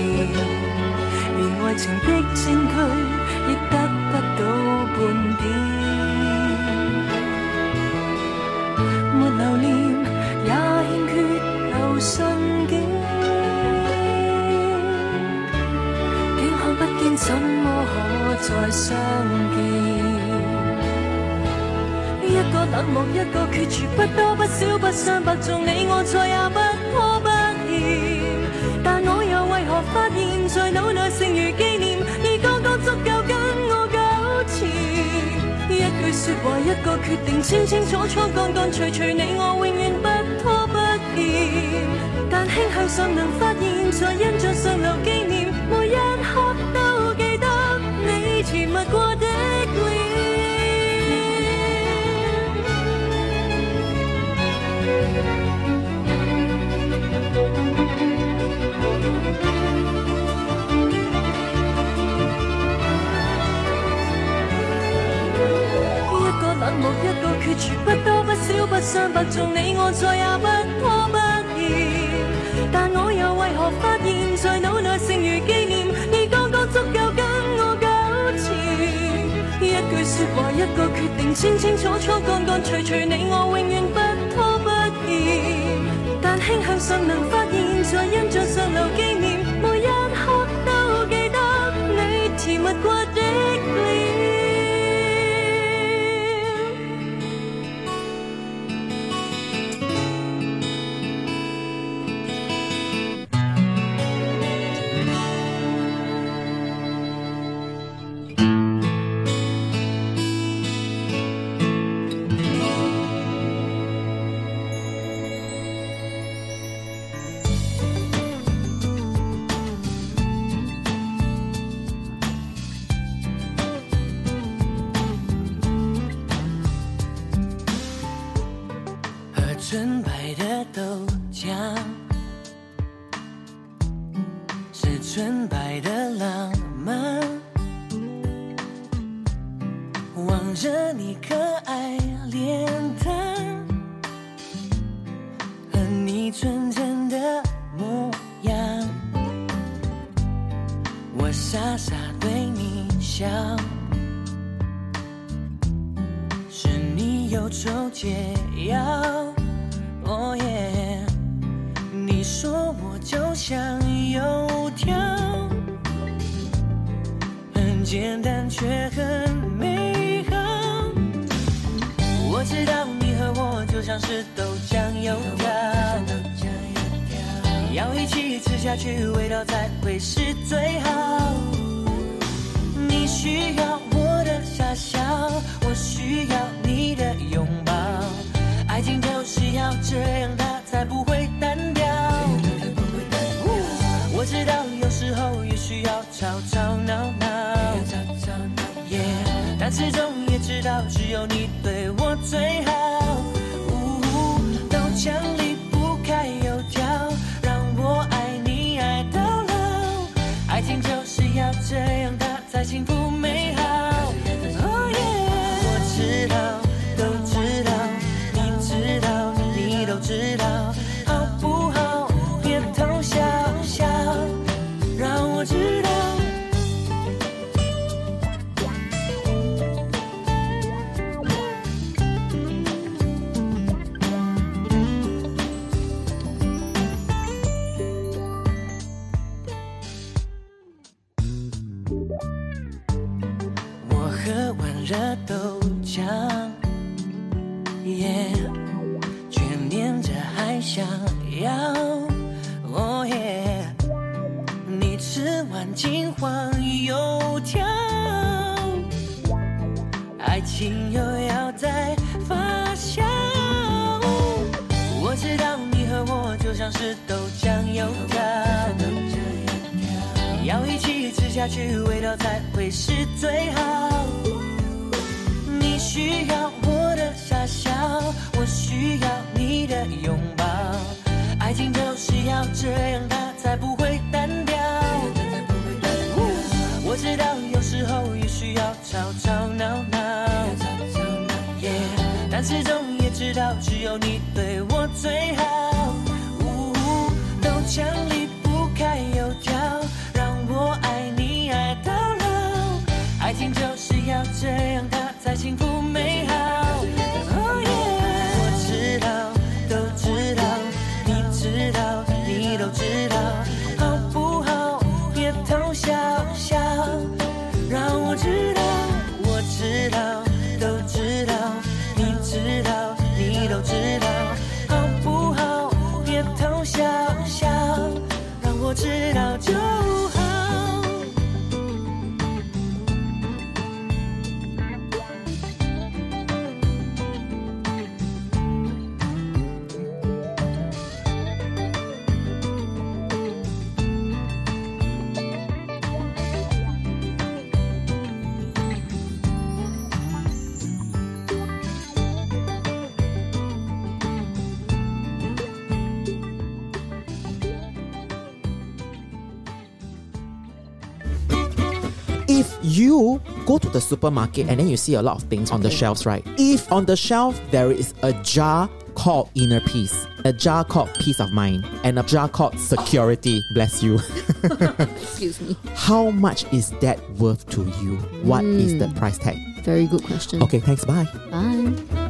[SPEAKER 3] 連愛情的證據亦得不到半點。沒留念，也欠缺舊信件，
[SPEAKER 4] 怎麼可再相見？一個冷漠，一個決絕，不多不少，不相伯仲，你我錯也不拖不欠。但我又為何發現，在腦內剩餘紀念，你剛剛足夠跟我糾纏。一句説話，一個決定，清清楚楚，乾乾脆脆，你我永遠不拖不欠。但慶幸尚能發現，在印象上留紀念，每一刻都記得你甜蜜過的臉。一個冷漠，一個決絕，不多不少，不相伯仲，你我再也不拖不欠。但我又為何發現，在腦內剩餘紀念，你剛剛足夠跟我糾纏。一句説話，一個決定，清清楚楚，乾乾脆脆，你我永遠不拖不欠。但慶幸尚能發現，在印象上留紀念，每一刻都記得你甜蜜過的臉。
[SPEAKER 3] 和纯白的豆浆，是纯白的浪漫。望着你可爱脸蛋，和你纯真的模样，我傻傻对你笑。是你忧愁解药。哦耶，你说我就像油条，很简单却很美好。我知道你和我就像是豆浆油条，要一起吃下去，味道才会是最好。你需要我的傻笑，我需要你的拥抱。爱情就是要这样，它才不会单调。我知道有时候也需要吵吵闹闹，yeah, 但始终也知道只有你对我最好。呜豆浆离不开油条，让我爱你爱到老。爱情就是要这样，它才幸福美好。Oh yeah，我知道，都知道，你知道，你都知道，好不好？别偷笑笑，让我知道。我喝完热豆浆，耶，却念着还想要，哦耶，你吃完金黄油条，爱情又要再发酵。我知道你和我就像是豆浆油条。要一起吃下去，味道才会是最好。你需要我的傻笑，我需要你的拥抱。爱情就是要这样，它才不会单调。我知道有时候也需要吵吵闹闹，yeah, 但始终也知道只有你对我最好。呜豆浆离不开油条，让我爱你爱到老。爱情就是要这样，它才幸福美好。Oh yeah，我知道，都知道，你知道，你都知笑笑，让我知道就好。
[SPEAKER 1] If you go to the supermarket and then you see a lot of things on the shelves, right? If on the shelf there is a jar called inner peace, a jar called peace of mind, and a jar called security, bless you.
[SPEAKER 2] Excuse me.
[SPEAKER 1] How much is that worth to you? What is the price tag?
[SPEAKER 2] Very good question.
[SPEAKER 1] Okay, thanks. Bye.
[SPEAKER 2] Bye.